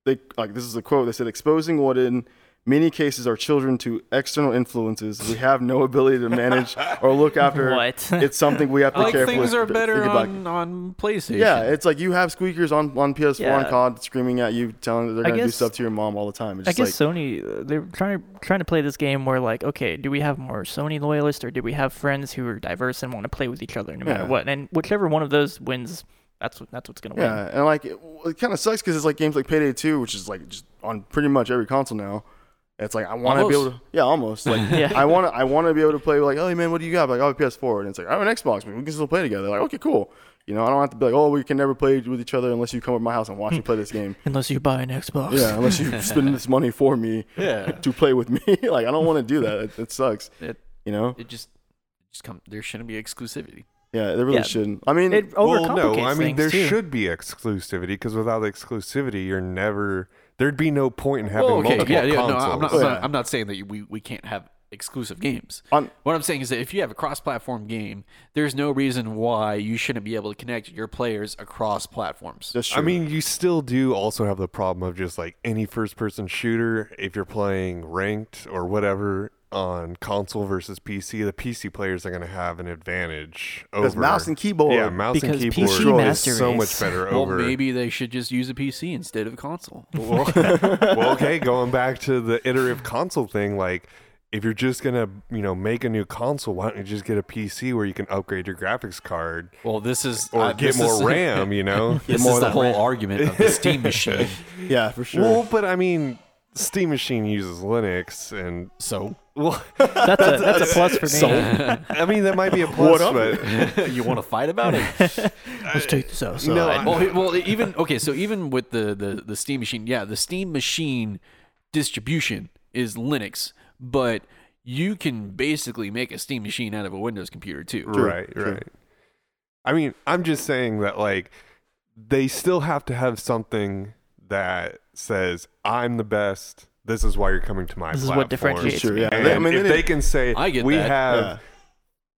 [SPEAKER 2] they like this is a quote. They said exposing what in many cases are children to external influences we have no ability to manage or look after.
[SPEAKER 3] What?
[SPEAKER 2] It's something we have to
[SPEAKER 1] Like
[SPEAKER 2] carefully
[SPEAKER 1] things are
[SPEAKER 2] th-
[SPEAKER 1] better
[SPEAKER 2] think about.
[SPEAKER 1] on, on PlayStation.
[SPEAKER 2] Yeah, it's like you have squeakers on, on PS4 and
[SPEAKER 3] Yeah.
[SPEAKER 2] COD screaming at you, telling that they're
[SPEAKER 3] I
[SPEAKER 2] gonna do
[SPEAKER 3] guess-
[SPEAKER 2] stuff to your mom all the time. It's
[SPEAKER 3] I
[SPEAKER 2] just
[SPEAKER 3] guess Sony uh, they're trying to trying to play this game where like, okay, do we have more Sony loyalists or do we have friends who are diverse and want to play with each other no matter
[SPEAKER 2] Yeah.
[SPEAKER 3] what? And whichever one of those wins, that's what that's what's gonna win.
[SPEAKER 2] Yeah, and like it, it kind of sucks because it's like games like Payday 2, which is like just on pretty much every console now. It's like I want to be able to, yeah, almost like
[SPEAKER 3] Yeah.
[SPEAKER 2] I want to, I want to be able to play like, oh hey, man, what do you got? Like, oh PS4, and it's like I have an Xbox, but we can still play together. Like, okay, cool. You know, I don't have to be like, oh, we can never play with each other unless you come over to my house and watch me play this game.
[SPEAKER 3] Unless you buy an Xbox.
[SPEAKER 2] Yeah, unless you spend this money for me
[SPEAKER 1] Yeah.
[SPEAKER 2] to play with me. like, I don't want to do that. It, it sucks.
[SPEAKER 1] It-
[SPEAKER 2] you know?
[SPEAKER 1] It just just come. There shouldn't be exclusivity.
[SPEAKER 2] Yeah, they really
[SPEAKER 3] Yeah.
[SPEAKER 2] shouldn't. I mean,
[SPEAKER 3] It
[SPEAKER 5] Well,
[SPEAKER 3] overcomplicates
[SPEAKER 5] no, I mean
[SPEAKER 3] things
[SPEAKER 5] there
[SPEAKER 3] too.
[SPEAKER 5] should be exclusivity because without exclusivity, you're never there'd be no point in having
[SPEAKER 1] Well, okay.
[SPEAKER 5] multiple
[SPEAKER 1] Yeah. Yeah. No,
[SPEAKER 5] consoles.
[SPEAKER 1] I'm not, I'm,
[SPEAKER 2] Yeah.
[SPEAKER 1] not, I'm not saying that we we can't have exclusive games.
[SPEAKER 2] on,
[SPEAKER 1] What I'm saying is that if you have a cross-platform game, there's no reason why you shouldn't be able to connect your players across platforms.
[SPEAKER 2] that's
[SPEAKER 5] I
[SPEAKER 2] true.
[SPEAKER 5] mean, you still do also have the problem of just like any first person shooter, if you're playing ranked or whatever on console versus PC, the PC players are going to have an advantage over
[SPEAKER 2] Because mouse and keyboard.
[SPEAKER 5] Yeah, mouse
[SPEAKER 3] Because
[SPEAKER 5] and
[SPEAKER 3] PC
[SPEAKER 5] keyboard is
[SPEAKER 3] Master
[SPEAKER 5] so
[SPEAKER 3] Race.
[SPEAKER 5] much better
[SPEAKER 1] well,
[SPEAKER 5] over
[SPEAKER 1] maybe they should just use a PC instead of a console.
[SPEAKER 5] well, well, okay, going back to the iterative console thing, like if you're just gonna, you know, make a new console, why don't you just get a PC where you can upgrade your graphics card
[SPEAKER 1] Well, this is
[SPEAKER 5] or
[SPEAKER 1] uh,
[SPEAKER 5] get
[SPEAKER 1] this
[SPEAKER 5] more
[SPEAKER 1] is-
[SPEAKER 5] RAM? You know,
[SPEAKER 1] This
[SPEAKER 2] more
[SPEAKER 1] is the
[SPEAKER 2] than
[SPEAKER 1] whole
[SPEAKER 2] RAM.
[SPEAKER 1] argument of the Steam machine.
[SPEAKER 2] yeah, for sure.
[SPEAKER 5] well, but I mean, Steam Machine uses Linux, and
[SPEAKER 1] So
[SPEAKER 5] well,
[SPEAKER 3] That's a that's a plus for me.
[SPEAKER 5] I mean that might be a plus,
[SPEAKER 2] up?
[SPEAKER 5] but
[SPEAKER 1] you want to fight about it?
[SPEAKER 3] Let's take this outside.
[SPEAKER 5] no, I-
[SPEAKER 1] well, he- well, even okay. So even with the, the the Steam machine, yeah, the Steam machine distribution is Linux, but you can basically make a Steam machine out of a Windows computer too.
[SPEAKER 5] right, right. I mean, I'm just saying that like they still have to have something that says I'm the best. This is why you're coming to my.
[SPEAKER 3] This is
[SPEAKER 5] platform.
[SPEAKER 3] what differentiates
[SPEAKER 2] Sure,
[SPEAKER 3] me.
[SPEAKER 2] yeah.
[SPEAKER 5] And
[SPEAKER 2] I mean,
[SPEAKER 5] if
[SPEAKER 2] they-
[SPEAKER 5] they can say
[SPEAKER 1] I get
[SPEAKER 5] we
[SPEAKER 1] that.
[SPEAKER 5] have
[SPEAKER 2] Yeah.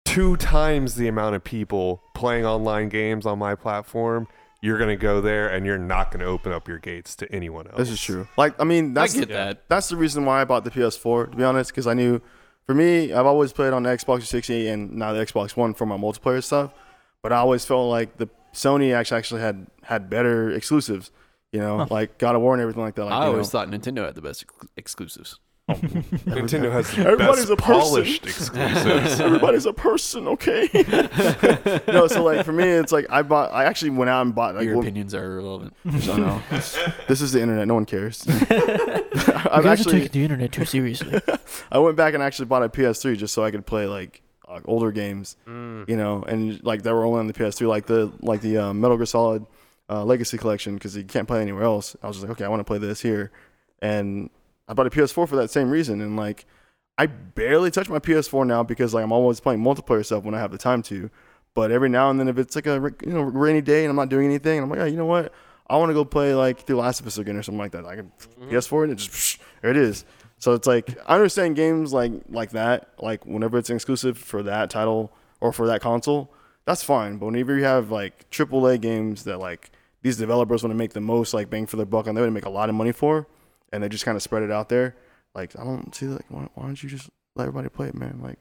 [SPEAKER 5] two times the amount of people playing online games on my platform, you're gonna go there and you're not gonna open up your gates to anyone else.
[SPEAKER 2] This is true. Like I mean, that's
[SPEAKER 1] get
[SPEAKER 2] the,
[SPEAKER 1] that.
[SPEAKER 2] That's the reason why I bought the PS4. To be honest, because I knew, for me, I've always played on the Xbox 360 and now the Xbox One for my multiplayer stuff. But I always felt like the Sony actually actually had had better exclusives. You know, like God of War and everything like that. Like,
[SPEAKER 1] I
[SPEAKER 2] you
[SPEAKER 1] always
[SPEAKER 2] know,
[SPEAKER 1] thought Nintendo had the best ex- exclusives.
[SPEAKER 5] Nintendo has the
[SPEAKER 2] Everybody's
[SPEAKER 5] best
[SPEAKER 2] a person.
[SPEAKER 5] polished exclusives.
[SPEAKER 2] everybody's a person, okay? no, so like for me, it's like I bought. I actually went out and bought like.
[SPEAKER 1] Your
[SPEAKER 2] well,
[SPEAKER 1] opinions are irrelevant.
[SPEAKER 2] I know. this is the internet. No one cares.
[SPEAKER 3] You
[SPEAKER 2] I've
[SPEAKER 3] guys are taking the internet too seriously.
[SPEAKER 2] I went back and actually bought a PS3 just so I could play like uh, older games, you know, and like that were only on the PS3, like the like the uh, Metal Gear Solid uh, Legacy Collection because you can't play anywhere else. I was just like, okay, I want to play this here, and I bought a PS4 for that same reason. And like, I barely touch my PS4 now because like I'm always playing multiplayer stuff when I have the time to. But every now and then, if it's like a you know rainy day and I'm not doing anything, I'm like, oh, you know what? I want to go play like through Last of Us again or something like that. I can PS4 and it just there it is. So it's like I understand games like like that, like whenever it's exclusive for that title or for that console, that's fine. But whenever you have like AAA games that like these developers want to make the most like bang for their buck and they want to make a lot of money for, and they just kind of spread it out there, like I don't see like why, why don't you just let everybody play it, man. Like,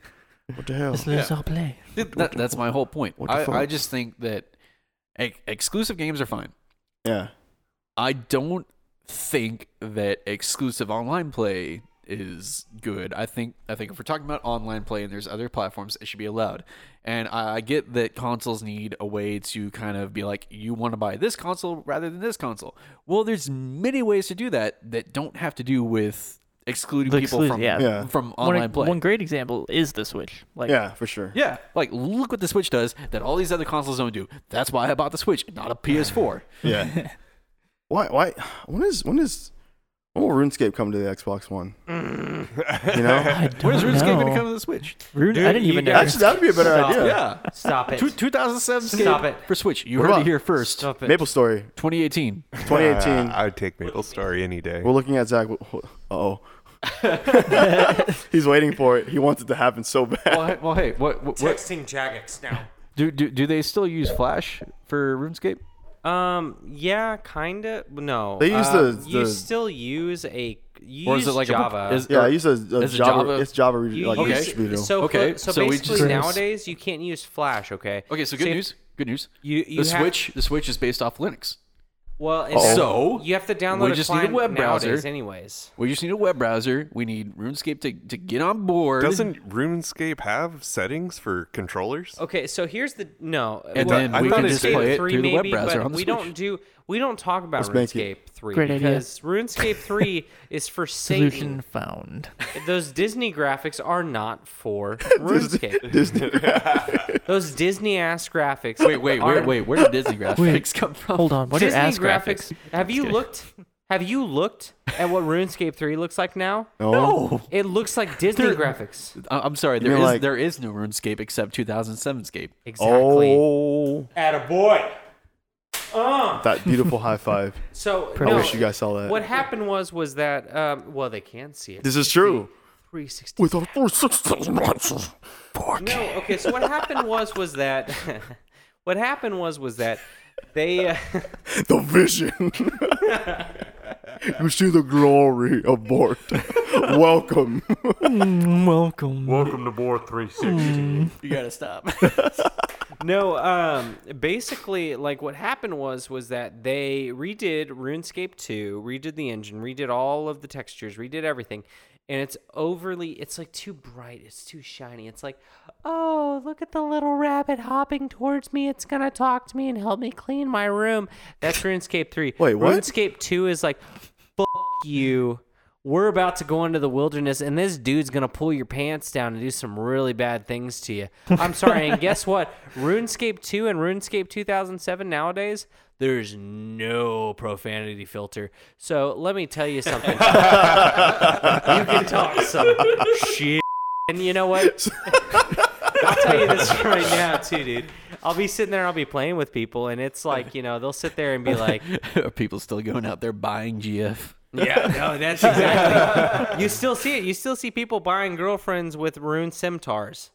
[SPEAKER 2] what the hell?
[SPEAKER 3] Just let us all play.
[SPEAKER 1] That, that's my whole point.
[SPEAKER 2] What the
[SPEAKER 1] I,
[SPEAKER 2] fuck?
[SPEAKER 1] I just think that ex- exclusive games are fine.
[SPEAKER 2] Yeah.
[SPEAKER 1] I don't think that exclusive online play is good. I think I think if we're talking about online play and there's other platforms, it should be allowed. And I I get that consoles need a way to kind of be like, you want to buy this console rather than this console. Well, there's many ways to do that that don't have to do with excluding
[SPEAKER 3] The
[SPEAKER 1] people
[SPEAKER 3] exclus-
[SPEAKER 1] from
[SPEAKER 3] yeah.
[SPEAKER 2] Yeah.
[SPEAKER 1] from
[SPEAKER 3] One,
[SPEAKER 1] online play.
[SPEAKER 3] one great example is the Switch. Like,
[SPEAKER 2] Yeah, for sure.
[SPEAKER 1] Yeah, like look what the Switch does that all these other consoles don't do. That's why I bought the Switch, not a PS4.
[SPEAKER 2] Yeah. why? Why? When is when is when will RuneScape come to the Xbox One? you know,
[SPEAKER 3] I don't
[SPEAKER 1] When is RuneScape going to
[SPEAKER 3] know.
[SPEAKER 1] come to the Switch?
[SPEAKER 3] Rune-
[SPEAKER 4] Dude,
[SPEAKER 3] I didn't
[SPEAKER 4] you
[SPEAKER 3] even know.
[SPEAKER 4] guys-
[SPEAKER 2] actually, that would be a better
[SPEAKER 4] Stop.
[SPEAKER 2] idea.
[SPEAKER 1] Yeah,
[SPEAKER 4] Stop it.
[SPEAKER 1] Two- 2007 Scape
[SPEAKER 4] Stop it.
[SPEAKER 1] for Switch. You
[SPEAKER 2] What
[SPEAKER 1] heard it
[SPEAKER 2] about-
[SPEAKER 1] here first.
[SPEAKER 4] Stop it.
[SPEAKER 2] Maple Story,
[SPEAKER 1] 2018.
[SPEAKER 2] 2018.
[SPEAKER 5] Uh, I'd take Maple Story any day.
[SPEAKER 2] We're looking at Zach. Uh oh. He's waiting for it. He wants it to happen so bad.
[SPEAKER 1] well, hey, well, hey, what, what, what
[SPEAKER 4] Texting Jagex now.
[SPEAKER 1] do, do do they still use Flash for RuneScape?
[SPEAKER 4] Um. Yeah. Kinda. No.
[SPEAKER 2] They use
[SPEAKER 4] uh,
[SPEAKER 2] the-
[SPEAKER 4] You
[SPEAKER 2] the-
[SPEAKER 4] still use a. You
[SPEAKER 1] Or
[SPEAKER 4] use
[SPEAKER 1] is it like a-
[SPEAKER 4] Java?
[SPEAKER 1] is-
[SPEAKER 2] Yeah, I use a, a
[SPEAKER 1] It's
[SPEAKER 2] Java,
[SPEAKER 1] Java.
[SPEAKER 2] It's Java re-
[SPEAKER 4] you
[SPEAKER 2] like
[SPEAKER 4] use-
[SPEAKER 2] distributor.
[SPEAKER 4] So
[SPEAKER 1] Okay,
[SPEAKER 4] For, so,
[SPEAKER 1] so we
[SPEAKER 4] basically,
[SPEAKER 1] just-
[SPEAKER 4] nowadays you can't use Flash. Okay.
[SPEAKER 1] Okay, so good
[SPEAKER 4] you-
[SPEAKER 1] news. Good news.
[SPEAKER 4] You, you
[SPEAKER 1] the
[SPEAKER 4] have-
[SPEAKER 1] Switch the Switch is based off Linux.
[SPEAKER 4] Well, and
[SPEAKER 2] Oh.
[SPEAKER 4] that-
[SPEAKER 1] So,
[SPEAKER 4] you have to download
[SPEAKER 1] we
[SPEAKER 4] a
[SPEAKER 1] just need a
[SPEAKER 4] client
[SPEAKER 1] web browser.
[SPEAKER 4] nowadays anyways.
[SPEAKER 1] We just need a web browser. We need RuneScape to, to get on board.
[SPEAKER 5] Doesn't RuneScape have settings for controllers?
[SPEAKER 4] Okay, so here's the no.
[SPEAKER 1] And
[SPEAKER 5] then we
[SPEAKER 4] thought
[SPEAKER 5] can
[SPEAKER 4] it
[SPEAKER 5] just
[SPEAKER 4] was
[SPEAKER 5] play
[SPEAKER 1] it
[SPEAKER 4] three
[SPEAKER 1] through the web
[SPEAKER 4] maybe,
[SPEAKER 1] browser
[SPEAKER 4] but
[SPEAKER 1] on the
[SPEAKER 4] we
[SPEAKER 1] Switch.
[SPEAKER 4] don't do we don't talk about
[SPEAKER 2] Let's make
[SPEAKER 4] RuneScape
[SPEAKER 2] it-
[SPEAKER 4] three
[SPEAKER 3] Great idea.
[SPEAKER 4] because RuneScape three is for Satan.
[SPEAKER 3] Solution found.
[SPEAKER 4] Those Disney graphics are not for RuneScape.
[SPEAKER 2] Disney.
[SPEAKER 4] Those Disney ass graphics.
[SPEAKER 1] wait, wait,
[SPEAKER 4] are-
[SPEAKER 1] wait, wait. Where did Disney graphics come from?
[SPEAKER 3] Hold on. What
[SPEAKER 4] Disney
[SPEAKER 3] are ass
[SPEAKER 4] graphics.
[SPEAKER 3] graphics?
[SPEAKER 4] Have you looked? Have you looked at what RuneScape three looks like now?
[SPEAKER 2] No.
[SPEAKER 4] It looks like Disney graphics.
[SPEAKER 1] I- Uh, I'm sorry. There
[SPEAKER 2] mean
[SPEAKER 1] is
[SPEAKER 2] like-
[SPEAKER 1] there is no RuneScape except 2007 Scape.
[SPEAKER 4] Exactly.
[SPEAKER 2] Oh.
[SPEAKER 4] At a boy. Uh.
[SPEAKER 2] That beautiful high five.
[SPEAKER 4] So
[SPEAKER 2] I
[SPEAKER 4] no,
[SPEAKER 2] wish you guys saw that.
[SPEAKER 4] What happened was was that um, well they can see it.
[SPEAKER 2] This is true.
[SPEAKER 4] 360.
[SPEAKER 2] With our first 6,000 watches. Fuck.
[SPEAKER 4] No, okay. So what happened was was that what happened was was that they uh,
[SPEAKER 2] The vision. you see the glory abort. Welcome.
[SPEAKER 3] Welcome.
[SPEAKER 5] Welcome to Board 360.
[SPEAKER 1] You gotta stop.
[SPEAKER 4] no um basically like what happened was was that they redid RuneScape 2, redid the engine, redid all of the textures, redid everything. And it's overly it's like too bright, it's too shiny. It's like, "Oh, look at the little rabbit hopping towards me. It's going to talk to me and help me clean my room." That's RuneScape 3.
[SPEAKER 2] Wait, what?
[SPEAKER 4] RuneScape 2 is like, "Fuck you. We're about to go into the wilderness, and this dude's gonna pull your pants down and do some really bad things to you. I'm sorry, and guess what? RuneScape 2 and RuneScape 2007 nowadays, there's no profanity filter. So let me tell you something. you can talk some shit, and you know what? I'll tell you this right now, too, dude. I'll be sitting there, I'll be playing with people, and it's like, you know, they'll sit there and be like,
[SPEAKER 1] Are people still going out there buying GF?
[SPEAKER 4] yeah, no, that's exactly. you still see it. You still see people buying girlfriends with rune scimitars.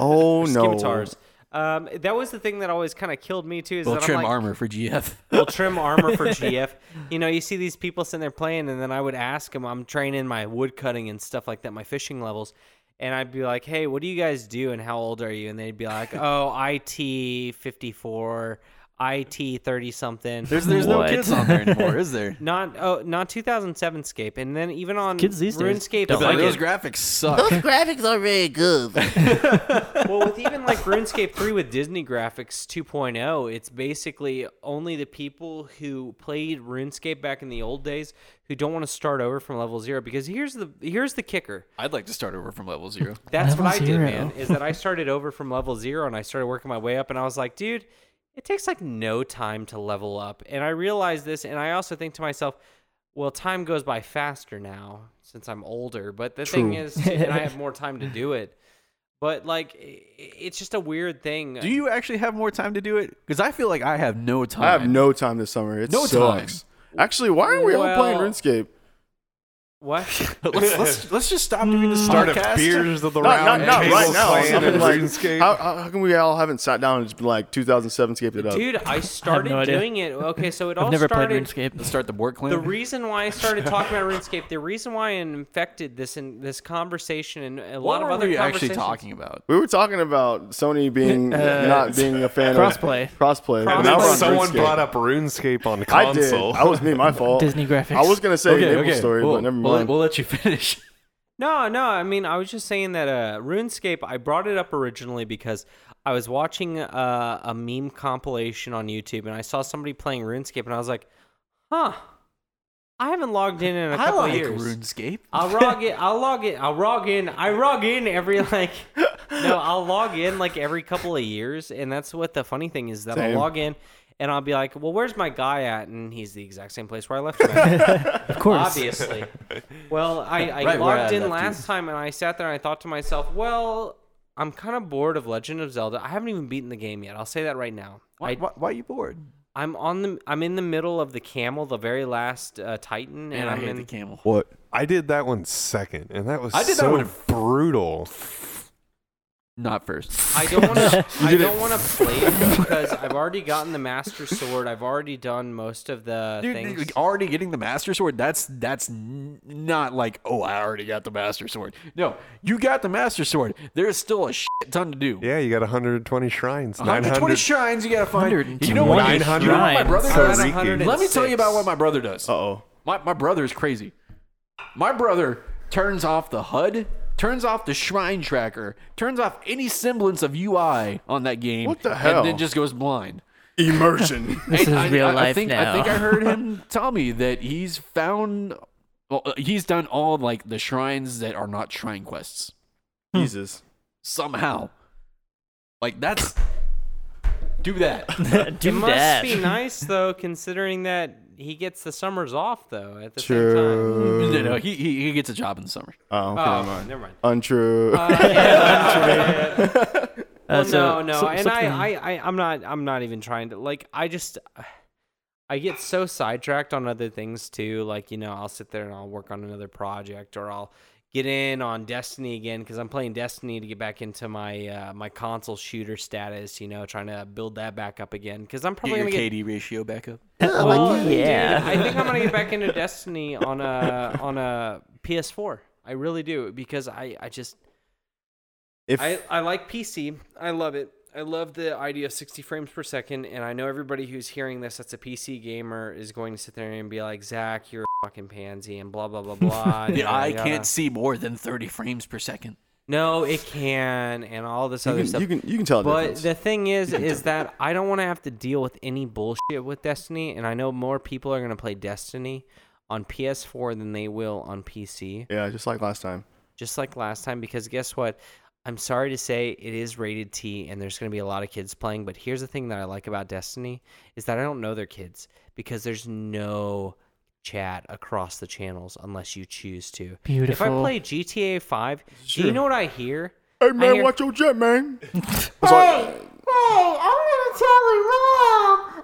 [SPEAKER 2] Oh, no.
[SPEAKER 4] Scimitars. Um, that was the thing that always kind of killed me too. Is
[SPEAKER 1] Well,
[SPEAKER 4] that
[SPEAKER 1] trim
[SPEAKER 4] I'm like,
[SPEAKER 1] armor for GF.
[SPEAKER 4] We'll trim armor for GF. You know, you see these people sitting there playing, and then I would ask them. I'm training my wood cutting and stuff like that, my fishing levels, and I'd be like, "Hey, what do you guys do? And how old are you?" And they'd be like, "Oh, IT 54, IT 30 something."
[SPEAKER 1] There's there's no
[SPEAKER 3] What?
[SPEAKER 1] kids on there anymore, is there?
[SPEAKER 4] Not oh, not 2007 scape, and then even on
[SPEAKER 3] Kids these days
[SPEAKER 4] RuneScape,
[SPEAKER 3] don't
[SPEAKER 4] it's
[SPEAKER 3] like
[SPEAKER 4] like-
[SPEAKER 1] those graphics suck.
[SPEAKER 4] well, with even like RuneScape 3 with Disney graphics 2.0, it's basically only the people who played RuneScape back in the old days who don't want to start over from level 0 because here's the here's the kicker.
[SPEAKER 1] I'd like to start over from level zero.
[SPEAKER 4] That's what I
[SPEAKER 3] Level
[SPEAKER 4] did,
[SPEAKER 3] zero.
[SPEAKER 4] man, is that I started over from level 0 and I started working my way up and I was like, dude, it takes like no time to level up. And I realized this and I also think to myself, well, time goes by faster now since I'm older, but the thing
[SPEAKER 2] True.
[SPEAKER 4] is and I have more time to do it. But like, i- i- it's just a weird thing.
[SPEAKER 1] Do you actually have more time to do it? Because I feel like I have no time.
[SPEAKER 2] I have no time this summer. It
[SPEAKER 1] No
[SPEAKER 2] sucks. Actually, why aren't we all playing
[SPEAKER 4] Well-
[SPEAKER 2] RuneScape?
[SPEAKER 4] What?
[SPEAKER 1] let's, let's, let's just stop doing this
[SPEAKER 5] Start
[SPEAKER 1] podcast.
[SPEAKER 5] at Beers of the
[SPEAKER 2] Not, not,
[SPEAKER 5] Round
[SPEAKER 2] not
[SPEAKER 5] Table
[SPEAKER 2] right now.
[SPEAKER 5] Clan
[SPEAKER 2] I mean,
[SPEAKER 5] and
[SPEAKER 2] like,
[SPEAKER 5] RuneScape.
[SPEAKER 2] how, how come we all haven't sat down and just been like 2007 scaped it up?
[SPEAKER 4] Dude, I started
[SPEAKER 3] no idea.
[SPEAKER 4] doing it. Okay, so it all
[SPEAKER 3] I've never played
[SPEAKER 4] started
[SPEAKER 3] RuneScape.
[SPEAKER 1] Let's start the board clan.
[SPEAKER 4] The reason why I started talking about RuneScape, the reason why I infected this in this conversation and a lot
[SPEAKER 1] what
[SPEAKER 4] of
[SPEAKER 1] are
[SPEAKER 4] other
[SPEAKER 1] we actually
[SPEAKER 4] conversations.
[SPEAKER 1] talking about?
[SPEAKER 2] We were talking about Sony being
[SPEAKER 3] Uh,
[SPEAKER 2] not being a fan
[SPEAKER 3] crossplay.
[SPEAKER 2] of crossplay.
[SPEAKER 5] And
[SPEAKER 2] Now
[SPEAKER 5] then
[SPEAKER 2] we're on
[SPEAKER 5] someone
[SPEAKER 2] RuneScape.
[SPEAKER 5] brought up RuneScape on
[SPEAKER 2] I did.
[SPEAKER 5] console.
[SPEAKER 2] I was me. My fault.
[SPEAKER 3] Disney graphics.
[SPEAKER 2] I was gonna say
[SPEAKER 1] okay,
[SPEAKER 2] Maple
[SPEAKER 1] okay.
[SPEAKER 2] Story,
[SPEAKER 1] we'll,
[SPEAKER 2] but never
[SPEAKER 1] we'll-
[SPEAKER 2] mind.
[SPEAKER 1] We'll, let you finish.
[SPEAKER 4] No, no. I mean, I was just saying that uh, RuneScape. I brought it up originally because I was watching uh, a meme compilation on YouTube, and I saw somebody playing RuneScape, and I was like, "Huh, I haven't logged in in a couple years."
[SPEAKER 1] RuneScape.
[SPEAKER 4] I'll log in. I'll log in. I'll log in. I log in every like. No, I'll log in like every couple of years, and that's what the funny thing is that
[SPEAKER 2] Same.
[SPEAKER 4] I'll log in and I'll be like, "Well, where's my guy at?" And he's the exact same place where I left him. At.
[SPEAKER 3] of course.
[SPEAKER 4] Obviously. Well, I, I
[SPEAKER 1] Right where I
[SPEAKER 4] logged in
[SPEAKER 1] left you.
[SPEAKER 4] last time, and I sat there and I thought to myself, "Well, I'm kind of bored of Legend of Zelda. I haven't even beaten the game yet. I'll say that right now. I,
[SPEAKER 1] why, why are you bored?
[SPEAKER 4] I'm on the. I'm in the middle of the camel, the very last uh, Titan, and
[SPEAKER 1] Man, I
[SPEAKER 4] I'm
[SPEAKER 1] hate
[SPEAKER 4] in
[SPEAKER 1] the camel.
[SPEAKER 2] what?
[SPEAKER 5] I did that one second, and that was
[SPEAKER 1] I did that
[SPEAKER 5] so
[SPEAKER 1] one in-
[SPEAKER 5] brutal.
[SPEAKER 1] Not first.
[SPEAKER 4] I don't want to. I
[SPEAKER 2] did
[SPEAKER 4] don't want to play it because I've already gotten the Master Sword. I've already done most of the
[SPEAKER 1] Dude,
[SPEAKER 4] things.
[SPEAKER 1] like, already getting the master sword. That's that's n- not like oh, I already got the master sword. No, you got the master sword. There's still a shit ton to do.
[SPEAKER 5] Yeah, you got 120 shrines.
[SPEAKER 1] 120
[SPEAKER 5] 900
[SPEAKER 1] shrines you gotta find. You know
[SPEAKER 3] 120
[SPEAKER 1] what? You know what my
[SPEAKER 3] shrines.
[SPEAKER 1] brother
[SPEAKER 4] I'm at
[SPEAKER 1] does?
[SPEAKER 5] Sorry.
[SPEAKER 1] Let me tell you
[SPEAKER 4] 106.
[SPEAKER 1] about what my brother does.
[SPEAKER 2] Uh oh.
[SPEAKER 1] My, my brother is crazy. My brother turns off the HUD, turns off the shrine tracker, turns off any semblance of UI on that game.
[SPEAKER 2] What the hell?
[SPEAKER 1] And then just goes blind.
[SPEAKER 2] Immersion.
[SPEAKER 3] This
[SPEAKER 1] And
[SPEAKER 3] is
[SPEAKER 1] I,
[SPEAKER 3] real
[SPEAKER 1] I- I
[SPEAKER 3] life
[SPEAKER 1] think, I
[SPEAKER 3] now.
[SPEAKER 1] think I heard him tell me that he's found. Well, uh, he's done all like the shrines that are not shrine quests
[SPEAKER 2] Hmm. Jesus.
[SPEAKER 1] somehow. Like that's do that.
[SPEAKER 3] Do
[SPEAKER 4] it must
[SPEAKER 3] that.
[SPEAKER 4] be nice though, considering that he gets the summers off though. At the same time.
[SPEAKER 2] True.
[SPEAKER 1] no, no, he, he he gets a job in the summer.
[SPEAKER 2] Oh, okay,
[SPEAKER 4] Oh,
[SPEAKER 2] never mind.
[SPEAKER 4] never mind.
[SPEAKER 2] Untrue.
[SPEAKER 3] Uh,
[SPEAKER 4] Well,
[SPEAKER 3] so-
[SPEAKER 4] no, no,
[SPEAKER 3] so-
[SPEAKER 4] and
[SPEAKER 3] something-
[SPEAKER 4] I, I, I, I'm not, I'm not even trying to like. I just, I get so sidetracked on other things too. Like you know, I'll sit there and I'll work on another project, or I'll get in on Destiny again because I'm playing Destiny to get back into my uh, my console shooter status. You know, trying to build that back up again because I'm probably
[SPEAKER 1] Get your
[SPEAKER 4] gonna get
[SPEAKER 1] KD ratio back up.
[SPEAKER 4] well, dude,
[SPEAKER 3] yeah.
[SPEAKER 4] I think I'm gonna get back into Destiny on a on a PS4. I really do because I I just
[SPEAKER 2] If
[SPEAKER 4] I I like PC. I love it. I love the idea of 60 frames per second, and I know everybody who's hearing this that's a PC gamer is going to sit there and be like, Zach, you're a fucking pansy, and blah blah blah blah.
[SPEAKER 1] The
[SPEAKER 4] yada,
[SPEAKER 1] eye
[SPEAKER 4] yada.
[SPEAKER 1] can't see more than 30 frames per second.
[SPEAKER 4] No, it can, and all this
[SPEAKER 2] you
[SPEAKER 4] other
[SPEAKER 2] can,
[SPEAKER 4] stuff.
[SPEAKER 2] you can you can tell the
[SPEAKER 4] But
[SPEAKER 2] difference.
[SPEAKER 4] the thing is, is that I don't want to have to deal with any bullshit with Destiny, and I know more people are gonna play Destiny on PS4 than they will on PC,
[SPEAKER 2] yeah, just like last time.
[SPEAKER 4] just like last time. Because guess what? I'm sorry to say it is rated T, and there's gonna be a lot of kids playing. But here's the thing that I like about Destiny is that I don't know their kids because there's no chat across the channels unless you choose to.
[SPEAKER 3] Beautiful.
[SPEAKER 4] If I play GTA 5, do you know what I hear?
[SPEAKER 2] Hey man,
[SPEAKER 4] hear-
[SPEAKER 2] watch your jet, man. hey.
[SPEAKER 7] Hey, I'm gonna tell my mom.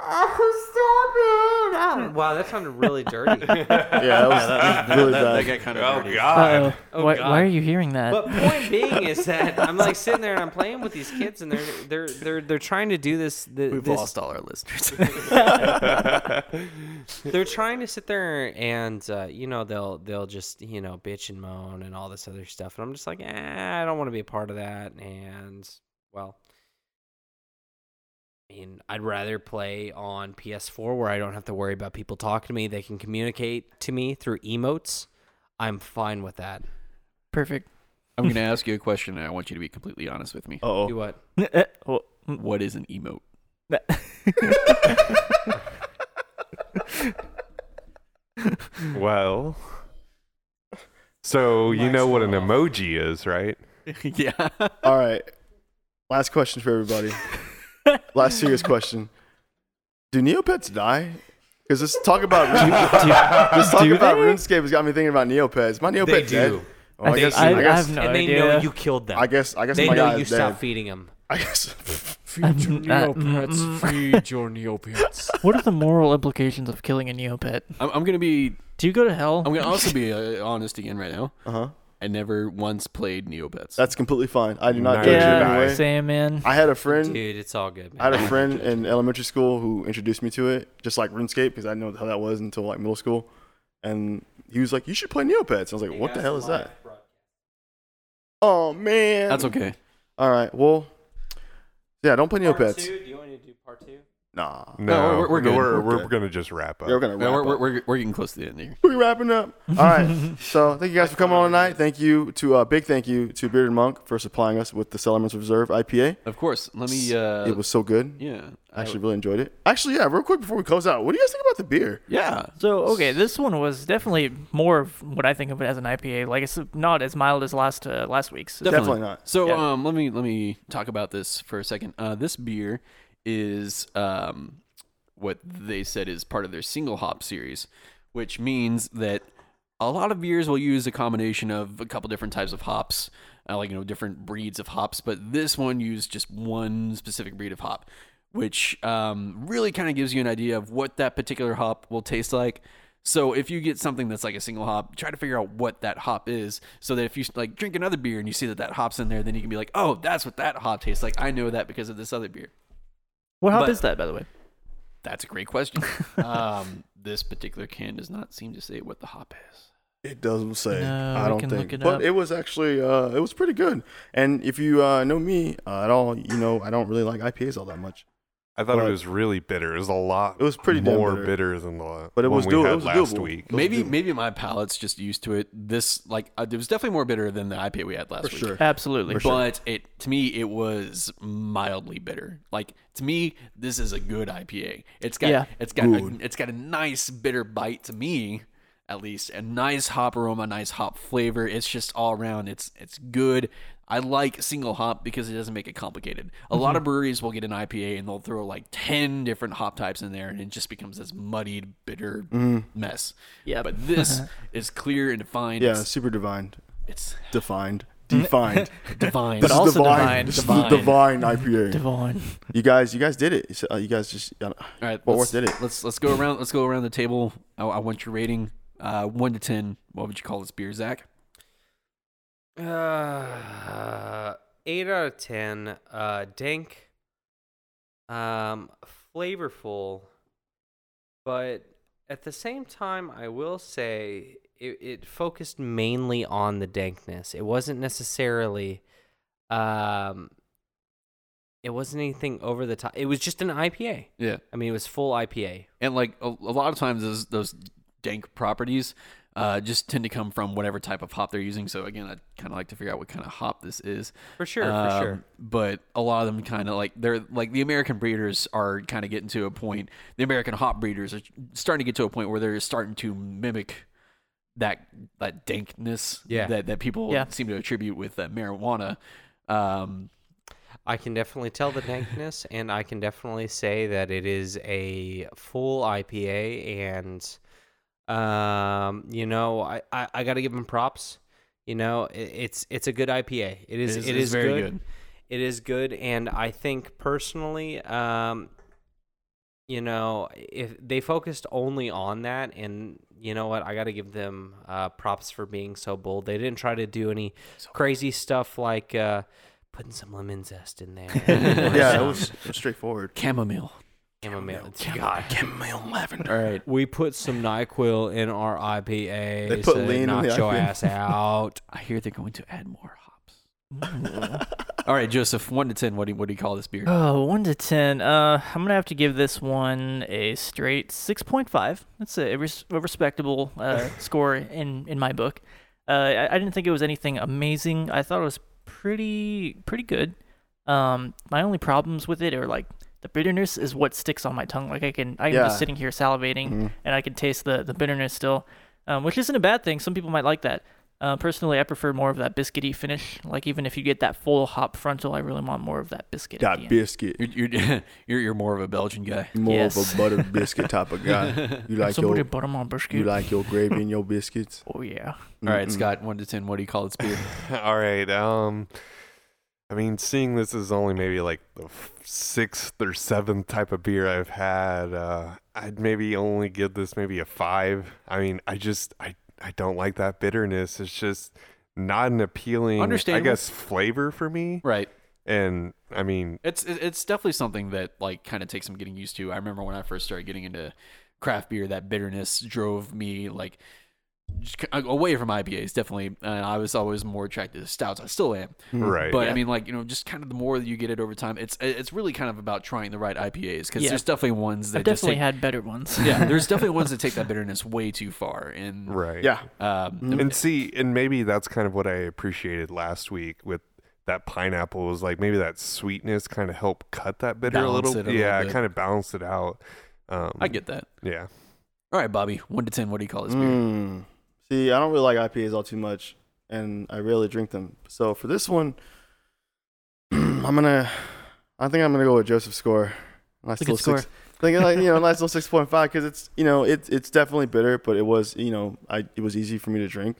[SPEAKER 7] Oh, oh, stop it. Oh.
[SPEAKER 4] "Ah, Wow, that sounded really dirty.
[SPEAKER 2] Yeah, that was really bad.
[SPEAKER 1] kind
[SPEAKER 5] Oh, God.
[SPEAKER 4] Oh,
[SPEAKER 3] why,
[SPEAKER 4] God.
[SPEAKER 3] why are you hearing that?
[SPEAKER 4] But point being is that I'm like sitting there and I'm playing with these kids and they're they're they're they're trying to do this. The,
[SPEAKER 1] We've
[SPEAKER 4] this
[SPEAKER 1] lost all our listeners.
[SPEAKER 5] Oh,
[SPEAKER 4] they're trying to sit there and uh, you know they'll they'll just you know bitch and moan and all this other stuff and I'm just like eh, I don't want to be a part of that and well I mean I'd rather play on PS4 where I don't have to worry about people talking to me they can communicate to me through emotes I'm fine with that
[SPEAKER 3] Perfect.
[SPEAKER 1] I'm going to ask you a question and I want you to be completely honest with me.
[SPEAKER 4] do
[SPEAKER 2] Oh,
[SPEAKER 4] what
[SPEAKER 3] Well,
[SPEAKER 1] Um, What is an emote?
[SPEAKER 5] Well, so you know what an emoji is, right?
[SPEAKER 1] yeah.
[SPEAKER 2] all right. Last question for everybody. Last serious question. Do Neopets die? Because this talk about this talk about RuneScape has got me thinking about Neopets. My Neopet
[SPEAKER 4] They
[SPEAKER 2] dead.
[SPEAKER 4] do.
[SPEAKER 2] Oh, I
[SPEAKER 4] They
[SPEAKER 2] guess,
[SPEAKER 4] do.
[SPEAKER 2] I,
[SPEAKER 4] I-
[SPEAKER 2] guess
[SPEAKER 3] I've No
[SPEAKER 4] and they
[SPEAKER 3] idea.
[SPEAKER 4] know you killed them
[SPEAKER 2] I guess I guess
[SPEAKER 4] they
[SPEAKER 2] my
[SPEAKER 4] know
[SPEAKER 2] guy
[SPEAKER 4] you
[SPEAKER 2] is dead.
[SPEAKER 4] stopped feeding them
[SPEAKER 2] I guess Mm-hmm.
[SPEAKER 3] I'm not- mm, mm.
[SPEAKER 1] feed your Neopets.
[SPEAKER 3] what are the moral implications of killing a Neopet?
[SPEAKER 1] I'm, I'm going to be
[SPEAKER 3] Do you go to hell?
[SPEAKER 1] I'm gonna also be uh, honest again right now.
[SPEAKER 2] Uh huh.
[SPEAKER 1] I never once played Neopets.
[SPEAKER 2] That's completely fine. I do not
[SPEAKER 5] Nice.
[SPEAKER 2] judge you in
[SPEAKER 3] yeah,
[SPEAKER 2] any way.
[SPEAKER 3] same man.
[SPEAKER 2] I had a friend.
[SPEAKER 4] Dude, it's all good,
[SPEAKER 2] I
[SPEAKER 4] man.
[SPEAKER 2] had a friend in elementary school who introduced me to it, just like RuneScape, because I didn't know what the hell that was until like middle school. And he was like, "You should play Neopets." I was like, "What the hell is that?" Oh man.
[SPEAKER 1] That's okay.
[SPEAKER 2] All right. Well, yeah. Don't play Neopets.
[SPEAKER 4] Do you want to do part two?
[SPEAKER 2] Nah.
[SPEAKER 5] No,
[SPEAKER 1] we're- we're good.
[SPEAKER 5] We're,
[SPEAKER 2] We're
[SPEAKER 5] we're,
[SPEAKER 2] good.
[SPEAKER 5] gonna just wrap up.
[SPEAKER 2] We're gonna
[SPEAKER 1] No,
[SPEAKER 2] wrap
[SPEAKER 1] we're, we're,
[SPEAKER 2] up.
[SPEAKER 1] we're, we're getting close to the end here.
[SPEAKER 2] We're wrapping up. All right. So thank you guys for coming on tonight. Thank you to uh, big thank you to Bearded Monk for supplying us with the Elements Reserve IPA.
[SPEAKER 1] Of course. Let me. Uh,
[SPEAKER 2] it was so good.
[SPEAKER 1] yeah. uh,
[SPEAKER 2] I actually really enjoyed it. Actually, yeah. Real quick before we close out, what do you guys think about the beer?
[SPEAKER 1] Yeah.
[SPEAKER 3] So okay, this one was definitely more of what I think of it as an IPA. Like it's not as mild as last uh, last week's.
[SPEAKER 1] Definitely.
[SPEAKER 2] Definitely not.
[SPEAKER 1] So
[SPEAKER 3] Yeah.
[SPEAKER 1] um, let me let me talk about this for a second. Uh, this beer is um, what they said is part of their single hop series, which means that a lot of beers will use a combination of a couple different types of hops, uh, like you know different breeds of hops. But this one used just one specific breed of hop, which um, really kind of gives you an idea of what that particular hop will taste like. So if you get something that's like a single hop, try to figure out what that hop is, so that if you like drink another beer and you see that that hop's in there, then you can be like, oh, that's what that hop tastes like. I know that because of this other beer.
[SPEAKER 3] What hop
[SPEAKER 1] But-
[SPEAKER 3] is that, by the way?
[SPEAKER 1] That's a great question.
[SPEAKER 2] Uh,
[SPEAKER 1] um, this particular can does not seem to say what the hop is.
[SPEAKER 2] It doesn't say.
[SPEAKER 3] No,
[SPEAKER 2] I
[SPEAKER 3] we
[SPEAKER 2] don't
[SPEAKER 3] can
[SPEAKER 2] think.
[SPEAKER 3] look it
[SPEAKER 2] but
[SPEAKER 3] up.
[SPEAKER 2] it was actually uh, it was pretty good. And if you uh, know me uh, at all, you know I don't really like IPAs all that much.
[SPEAKER 5] I thought
[SPEAKER 2] But-
[SPEAKER 5] it was really bitter. It was a lot.
[SPEAKER 2] It was pretty damn
[SPEAKER 5] more
[SPEAKER 2] bitter.
[SPEAKER 5] than the
[SPEAKER 2] But it
[SPEAKER 5] one
[SPEAKER 2] was
[SPEAKER 5] we
[SPEAKER 2] doable- it
[SPEAKER 5] had
[SPEAKER 2] was
[SPEAKER 5] last
[SPEAKER 2] doable.
[SPEAKER 5] week.
[SPEAKER 1] Maybe maybe my palate's just used to it. This like uh, it was definitely more bitter than the IPA we had last
[SPEAKER 2] For
[SPEAKER 1] week.
[SPEAKER 2] sure.
[SPEAKER 3] Absolutely.
[SPEAKER 2] For sure.
[SPEAKER 1] But it to me it was mildly bitter. Like to me, this is a good IPA. It's got
[SPEAKER 3] Yeah.
[SPEAKER 1] it's got a, it's got a nice bitter bite to me, at least a nice hop aroma, nice hop flavor. It's just all around. It's it's good. I like single hop because it doesn't make it complicated. A lot of breweries will get an IPA and they'll throw like ten different hop types in there, and it just becomes this muddied bitter mess.
[SPEAKER 3] Yep.
[SPEAKER 1] but this is clear and defined.
[SPEAKER 2] Yeah,
[SPEAKER 1] It's,
[SPEAKER 2] super divine,
[SPEAKER 1] it's
[SPEAKER 2] defined, defined.
[SPEAKER 1] divine.
[SPEAKER 2] This is
[SPEAKER 3] also divine,
[SPEAKER 2] This is
[SPEAKER 3] divine.
[SPEAKER 2] the divine IPA.
[SPEAKER 3] Devon.
[SPEAKER 2] You guys, you guys did it. So, uh, you guys just. Uh,
[SPEAKER 1] All right,
[SPEAKER 2] Well,
[SPEAKER 1] let's-
[SPEAKER 2] worth did it.
[SPEAKER 1] Let's let's go around. Let's go around the table. I, I want your rating, uh, one to ten. What would you call this beer, Zach?
[SPEAKER 4] Uh, eight out of ten. Uh, dank. Um, flavorful, but at the same time, I will say it, it focused mainly on the dankness. It wasn't necessarily, um, it wasn't anything over the top. It was just an IPA.
[SPEAKER 1] Yeah,
[SPEAKER 4] I mean, it was full IPA.
[SPEAKER 1] and like a, a lot of times, those those dank properties uh, just tend to come from whatever type of hop they're using. So again, I would kind of like to figure out what kind of hop this is.
[SPEAKER 4] For sure, for
[SPEAKER 1] Um,
[SPEAKER 4] sure.
[SPEAKER 1] But a lot of them kind of like they're like the American breeders are kind of getting to a point. The American hop breeders are starting to get to a point where they're starting to mimic that that dankness
[SPEAKER 4] Yeah.
[SPEAKER 1] that that people
[SPEAKER 3] Yeah.
[SPEAKER 1] seem to attribute with uh, marijuana. Um,
[SPEAKER 4] I can definitely tell the dankness, and I can definitely say that it is a full IPA. And um, you know, I, I, I got to give them props. You know, i it's it's a good IPA. It is it
[SPEAKER 1] is-
[SPEAKER 4] is,
[SPEAKER 1] it's very
[SPEAKER 4] good.
[SPEAKER 1] good.
[SPEAKER 4] It is good, and I think personally, um, you know, if they focused only on that, and you know what, I got to give them uh, props for being so bold. They didn't try to do any crazy stuff like uh, putting some lemon zest in there. or
[SPEAKER 2] yeah, it
[SPEAKER 4] some
[SPEAKER 2] was, it was straightforward.
[SPEAKER 1] chamomile.
[SPEAKER 4] chamomile. God,
[SPEAKER 1] Chamomile lavender. All right.
[SPEAKER 4] we put some Nyquil in our IPA.
[SPEAKER 2] They put
[SPEAKER 4] so it
[SPEAKER 2] lean in
[SPEAKER 4] knocked
[SPEAKER 2] the
[SPEAKER 4] your
[SPEAKER 2] IPA.
[SPEAKER 4] ass out.
[SPEAKER 1] I hear they're going to add more hops. All right, Joseph, one to ten. What do you, what do you call this beer?
[SPEAKER 3] Oh, one to ten. Uh, I'm gonna have to give this one a straight six point five. That's a, res- a respectable uh, score in in my book. Uh, I, I didn't think it was anything amazing. I thought it was pretty pretty good. Um, my only problems with it are like the bitterness is what sticks on my tongue. Like I can I'm
[SPEAKER 2] Yeah. Mm-hmm.
[SPEAKER 3] just sitting here salivating
[SPEAKER 2] Mm,
[SPEAKER 3] and I can taste the the bitterness still, um, which isn't a bad thing. Some people might like that. Uh, personally, I prefer more of that biscuity finish. Like even if you get that full hop frontal, I really want more of that biscuit. at the
[SPEAKER 2] Got
[SPEAKER 3] end.
[SPEAKER 2] biscuit.
[SPEAKER 1] You're, you're you're you're more of a Belgian guy.
[SPEAKER 2] More
[SPEAKER 3] Yes.
[SPEAKER 2] of a butter biscuit type of guy. You like
[SPEAKER 3] Somebody
[SPEAKER 2] your
[SPEAKER 3] put 'em on biscuit.
[SPEAKER 2] you like your gravy and your biscuits.
[SPEAKER 3] oh yeah.
[SPEAKER 1] All right, Scott, one to ten. What do you call this beer?
[SPEAKER 5] All right. Um, I mean, seeing this is only maybe like the f- sixth or seventh type of beer I've had, uh, I'd maybe only give this maybe a five. I mean, I just I I don't like that bitterness. It's just not an appealing, I
[SPEAKER 1] Understandable.
[SPEAKER 5] guess, flavor for me.
[SPEAKER 1] Right.
[SPEAKER 5] And I mean,
[SPEAKER 1] It's it- it's definitely something that like kind of takes some getting used to. I remember when I first started getting into craft beer, that bitterness drove me like just c- away from IPAs definitely, and I was always more attracted to stouts. I still am,
[SPEAKER 5] right?
[SPEAKER 1] but I mean like you know just kind of the more that you get it over time, it's it's really kind of about trying the right IPAs because
[SPEAKER 3] Yeah.
[SPEAKER 1] there's definitely ones that
[SPEAKER 3] I've
[SPEAKER 1] just
[SPEAKER 3] definitely
[SPEAKER 1] take-
[SPEAKER 3] had better ones.
[SPEAKER 1] yeah, there's definitely ones that take that bitterness way too far, and
[SPEAKER 5] right.
[SPEAKER 2] Yeah.
[SPEAKER 1] um,
[SPEAKER 2] Mm-hmm.
[SPEAKER 5] And see, and maybe that's kind of what I appreciated last week with that pineapple was like maybe that sweetness kind of helped cut that bitter a
[SPEAKER 1] Balance
[SPEAKER 5] little.
[SPEAKER 1] it a little
[SPEAKER 5] yeah,
[SPEAKER 1] bit.
[SPEAKER 5] kind of balanced it out. Um,
[SPEAKER 1] I get that.
[SPEAKER 5] Yeah.
[SPEAKER 1] All right, Bobby, one to ten, what do you call this beer?
[SPEAKER 2] Mm. See, I don't really like IPAs all too much, and I rarely drink them. So for this one, I'm gonna. I think I'm gonna go with Joseph's score. Nice
[SPEAKER 3] Look at
[SPEAKER 2] little
[SPEAKER 3] score.
[SPEAKER 2] six. I think like you know, nice little six point five because it's you know it's it's definitely bitter, but it was you know I it was easy for me to drink.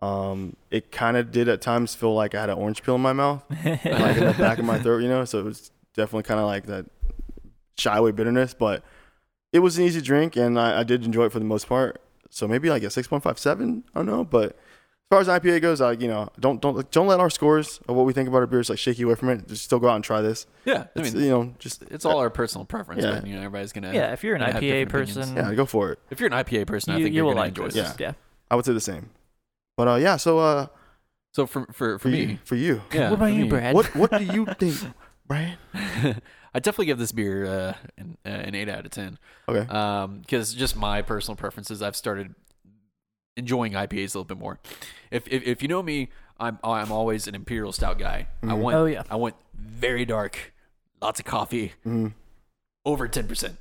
[SPEAKER 2] Um, it kind of did at times feel like I had an orange peel in my mouth, like in the back of my throat, you know. So it was definitely kind of like that shy away bitterness, but it was an easy drink, and I, I did enjoy it for the most part. So maybe like a six point five seven, I don't know. But as far as IPA goes, I you know don't don't don't let our scores of what we think about our beers like shake you away from it. Just still go out and try this.
[SPEAKER 1] Yeah, I
[SPEAKER 2] It's,
[SPEAKER 1] mean
[SPEAKER 2] you know, just
[SPEAKER 1] it's all our personal preference,
[SPEAKER 2] Yeah.
[SPEAKER 1] but you know everybody's gonna
[SPEAKER 3] Yeah, if you're an
[SPEAKER 1] I have
[SPEAKER 3] IPA
[SPEAKER 1] different opinions.
[SPEAKER 3] person,
[SPEAKER 2] yeah, go for it.
[SPEAKER 1] If you're an IPA person, I
[SPEAKER 3] you,
[SPEAKER 1] think
[SPEAKER 3] you
[SPEAKER 1] you're
[SPEAKER 3] will
[SPEAKER 1] gonna
[SPEAKER 3] like
[SPEAKER 1] enjoy
[SPEAKER 3] this.
[SPEAKER 1] this.
[SPEAKER 2] Yeah.
[SPEAKER 3] yeah.
[SPEAKER 2] I would say the same. But uh, yeah, so uh,
[SPEAKER 1] So for for
[SPEAKER 2] for
[SPEAKER 1] for
[SPEAKER 2] you,
[SPEAKER 1] me,
[SPEAKER 2] for you,
[SPEAKER 1] yeah.
[SPEAKER 3] What about
[SPEAKER 1] for
[SPEAKER 3] you,
[SPEAKER 1] me,
[SPEAKER 3] Brad?
[SPEAKER 2] what what do you think, Brian?
[SPEAKER 1] I definitely give this beer uh, an, uh, an eight out of ten.
[SPEAKER 2] Okay,
[SPEAKER 1] Um, because just my personal preferences, I've started enjoying IPAs a little bit more. If if, if you know me, I'm I'm always an imperial stout guy. I want
[SPEAKER 3] Oh, yeah.
[SPEAKER 1] I want very dark, lots of coffee,
[SPEAKER 2] Mm-hmm.
[SPEAKER 1] over ten percent,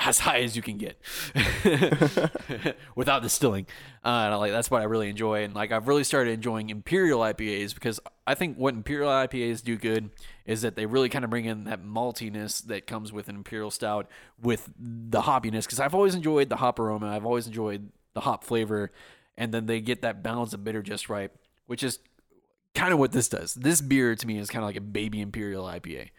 [SPEAKER 1] as high as you can get, without distilling. Uh, and I like that's what I really enjoy. And like I've really started enjoying imperial IPAs because I think what imperial IPAs do good is that they really kind of bring in that maltiness that comes with an imperial stout with the hoppiness. Because I've always enjoyed the hop aroma. I've always enjoyed the hop flavor, and then they get that balance of bitter just right, which is kind of what this does. This beer to me is kind of like a baby imperial IPA.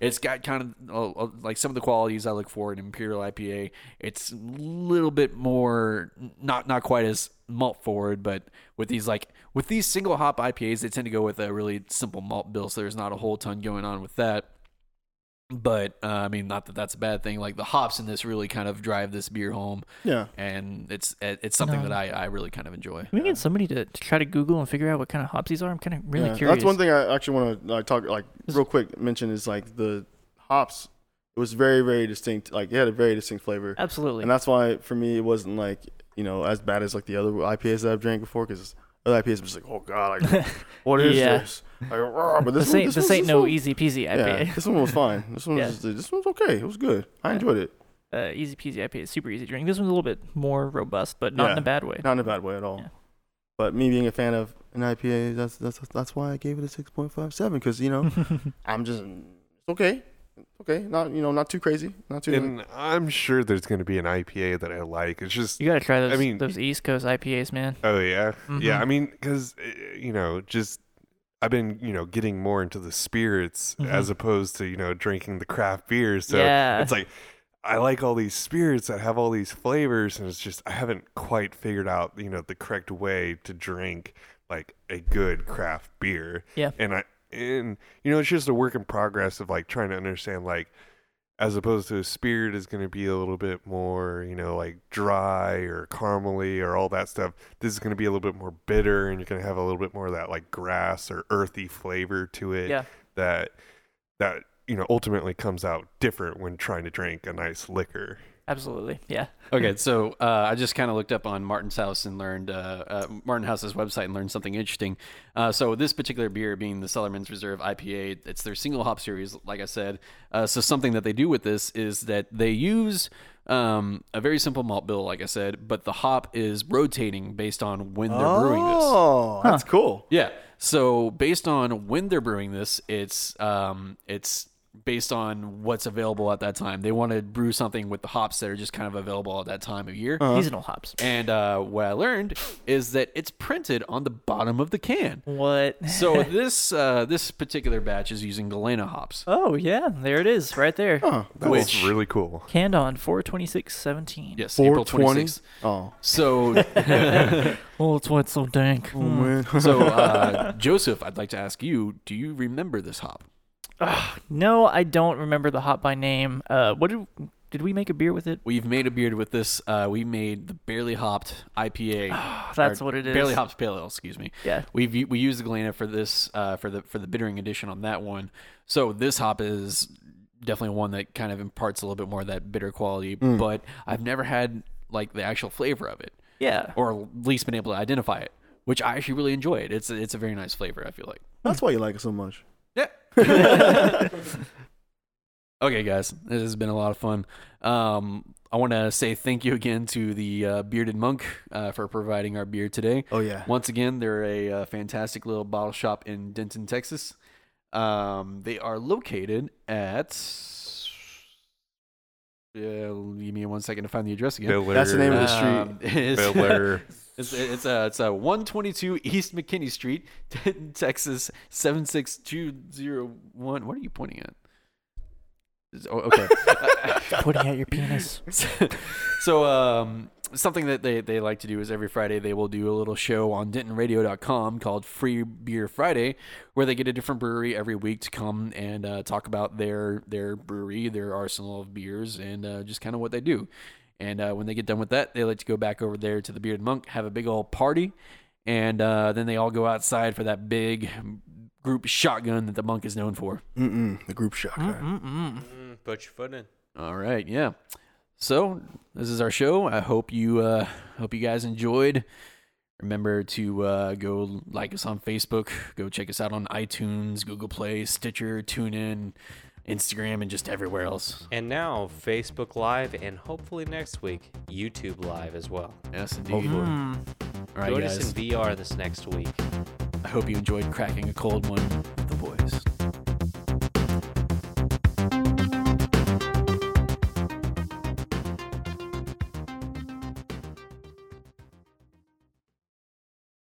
[SPEAKER 1] It's got kind of uh, uh, like some of the qualities I look for in imperial IPA. It's a little bit more not not quite as malt forward, but with these like with these single hop IPAs, they tend to go with a really simple malt bill, so there's not a whole ton going on with that. But uh, I mean, not that that's a bad thing. Like the hops in this really kind of drive this beer home,
[SPEAKER 2] yeah,
[SPEAKER 1] and it's it's something
[SPEAKER 3] No.
[SPEAKER 1] that I, I really kind of enjoy.
[SPEAKER 3] Can we get somebody to, to try to Google and figure out what kind of hops these are? I'm kind of really
[SPEAKER 2] yeah.
[SPEAKER 3] curious.
[SPEAKER 2] That's one thing I actually want to like, talk like real quick. Mention is like the hops. It was very very distinct. Like it had a very distinct flavor.
[SPEAKER 3] Absolutely.
[SPEAKER 2] and that's why for me it wasn't like you know as bad as like the other IPAs that I've drank before because other IPAs was like oh god like, what is
[SPEAKER 3] Yeah.
[SPEAKER 2] this? Like, "Rah," but this
[SPEAKER 3] this
[SPEAKER 2] one-
[SPEAKER 3] ain't,
[SPEAKER 2] this
[SPEAKER 3] this
[SPEAKER 2] one's-
[SPEAKER 3] ain't
[SPEAKER 2] this
[SPEAKER 3] no
[SPEAKER 2] one-
[SPEAKER 3] easy peasy
[SPEAKER 2] Yeah,
[SPEAKER 3] IPA.
[SPEAKER 2] this one was fine. This one
[SPEAKER 3] Yeah.
[SPEAKER 2] was this one's okay. It was good. I enjoyed it.
[SPEAKER 3] Uh, easy peasy IPA is super easy to drink. This one's a little bit more robust, but not in
[SPEAKER 2] Yeah.
[SPEAKER 3] a bad way.
[SPEAKER 2] Not in a bad way at all.
[SPEAKER 3] Yeah.
[SPEAKER 2] But me being a fan of an IPA, that's that's that's why I gave it a six point five seven because you know I'm just it's okay, okay, not you know not too crazy, not too.
[SPEAKER 5] And I'm sure there's going to be an IPA that I like. It's just
[SPEAKER 3] you gotta try those.
[SPEAKER 5] mean-
[SPEAKER 3] those East Coast IPAs, man.
[SPEAKER 5] Oh yeah,
[SPEAKER 3] Mhm.
[SPEAKER 1] Mm-hmm.
[SPEAKER 5] yeah. I mean, because you know, just I've been you know getting more into the spirits
[SPEAKER 1] Mm-hmm.
[SPEAKER 3] Mhm.
[SPEAKER 5] as opposed to you know drinking the craft beer. So
[SPEAKER 3] Yeah.
[SPEAKER 5] it's like I like all these spirits that have all these flavors, and it's just I haven't quite figured out you know the correct way to drink like a good craft beer.
[SPEAKER 3] Yeah.
[SPEAKER 5] and I and you know it's just a work in progress of like trying to understand like as opposed to a spirit is going to be a little bit more, you know, like dry or caramely or all that stuff. This is going to be a little bit more bitter and you're going to have a little bit more of that like grass or earthy flavor to it
[SPEAKER 3] Yeah.
[SPEAKER 5] that that you know ultimately comes out different when trying to drink a nice liquor.
[SPEAKER 3] Absolutely. Yeah.
[SPEAKER 6] Okay, so uh, I just kind of looked up on Martin's House and learned uh, uh, Martin House's website and learned something interesting. Uh, so this particular beer, being the Sellerman's Reserve IPA, it's their single hop series, like I said. Uh, so something that they do with this is that they use um, a very simple malt bill, like I said, but the hop is rotating based on when they're brewing this.
[SPEAKER 2] Oh, that's cool.
[SPEAKER 6] Yeah. So based on when they're brewing this, it's um, it's
[SPEAKER 1] based on what's available at that time. They want to brew something with the hops that are just kind of available at that time of year.
[SPEAKER 3] Seasonal hops.
[SPEAKER 1] And uh, what I learned is that it's printed on the bottom of the can.
[SPEAKER 3] What?
[SPEAKER 1] So this uh, this particular batch is using Galena hops.
[SPEAKER 3] Oh yeah, there it is, right there.
[SPEAKER 5] That's
[SPEAKER 1] Which-
[SPEAKER 5] really cool.
[SPEAKER 3] Canned on four twenty six seventeen.
[SPEAKER 1] Yes, April
[SPEAKER 2] 420.
[SPEAKER 1] 26th.
[SPEAKER 2] Oh,
[SPEAKER 1] So
[SPEAKER 3] Oh, it's why it's so dank.
[SPEAKER 2] Hmm.
[SPEAKER 1] so uh, Joseph, I'd like to ask you, do you remember this hop?
[SPEAKER 3] No, I don't remember the hop by name. Uh, what did did we make a beer with it?
[SPEAKER 1] We've made a beard with this. Uh, we made the barely hopped IPA.
[SPEAKER 3] That's
[SPEAKER 1] or
[SPEAKER 3] what it is.
[SPEAKER 1] Barely hopped pale ale. Excuse me.
[SPEAKER 3] Yeah.
[SPEAKER 1] We have we used the Galena for this uh, for the for the bittering edition on that one. So this hop is definitely one that kind of imparts a little bit more of that bitter quality. But I've never had like the actual flavor of it,
[SPEAKER 3] Yeah.
[SPEAKER 1] or at least been able to identify it, which I actually really enjoy it. It's it's a very nice flavor. I feel like.
[SPEAKER 2] that's why you like it so much.
[SPEAKER 1] Okay, guys, this has been a lot of fun. Um, I want to say thank you again to the uh, Bearded Monk uh, for providing our beer today.
[SPEAKER 2] Oh yeah.
[SPEAKER 1] Once again, they're a uh, fantastic little bottle shop in Denton, Texas. Um, they are located at. Yeah, give me one second to find the address again.
[SPEAKER 5] Biller.
[SPEAKER 2] That's the name of the street.
[SPEAKER 1] Um, it's,
[SPEAKER 5] Biller.
[SPEAKER 1] it's it's a it's a 122 East McKinney Street, Denton, Texas 76201. What are you pointing at? Is- Oh, okay.
[SPEAKER 3] Putting out your penis.
[SPEAKER 1] so um something that they, they like to do is every friday they will do a little show on dentonradio.com called free beer friday where they get a different brewery every week to come and uh, talk about their their brewery their arsenal of beers and uh, just kind of what they do and uh, when they get done with that they like to go back over there to the bearded monk have a big old party and uh, then they all go outside for that big group shotgun that the monk is known for
[SPEAKER 2] Mm-mm, the group shot.
[SPEAKER 4] Mm, put your foot in.
[SPEAKER 1] All right, yeah. So this is our show. I hope you uh, hope you guys enjoyed. Remember to uh, go like us on Facebook. Go check us out on iTunes, Google Play, Stitcher, TuneIn, Instagram, and just everywhere else.
[SPEAKER 4] And now Facebook Live, and hopefully next week YouTube Live as well.
[SPEAKER 1] Yes, indeed. Mm-hmm.
[SPEAKER 2] Hopefully.
[SPEAKER 3] Mm.
[SPEAKER 1] All right,
[SPEAKER 4] Join
[SPEAKER 1] guys.
[SPEAKER 4] us in VR this next week.
[SPEAKER 1] I hope you enjoyed cracking a cold one with the boys.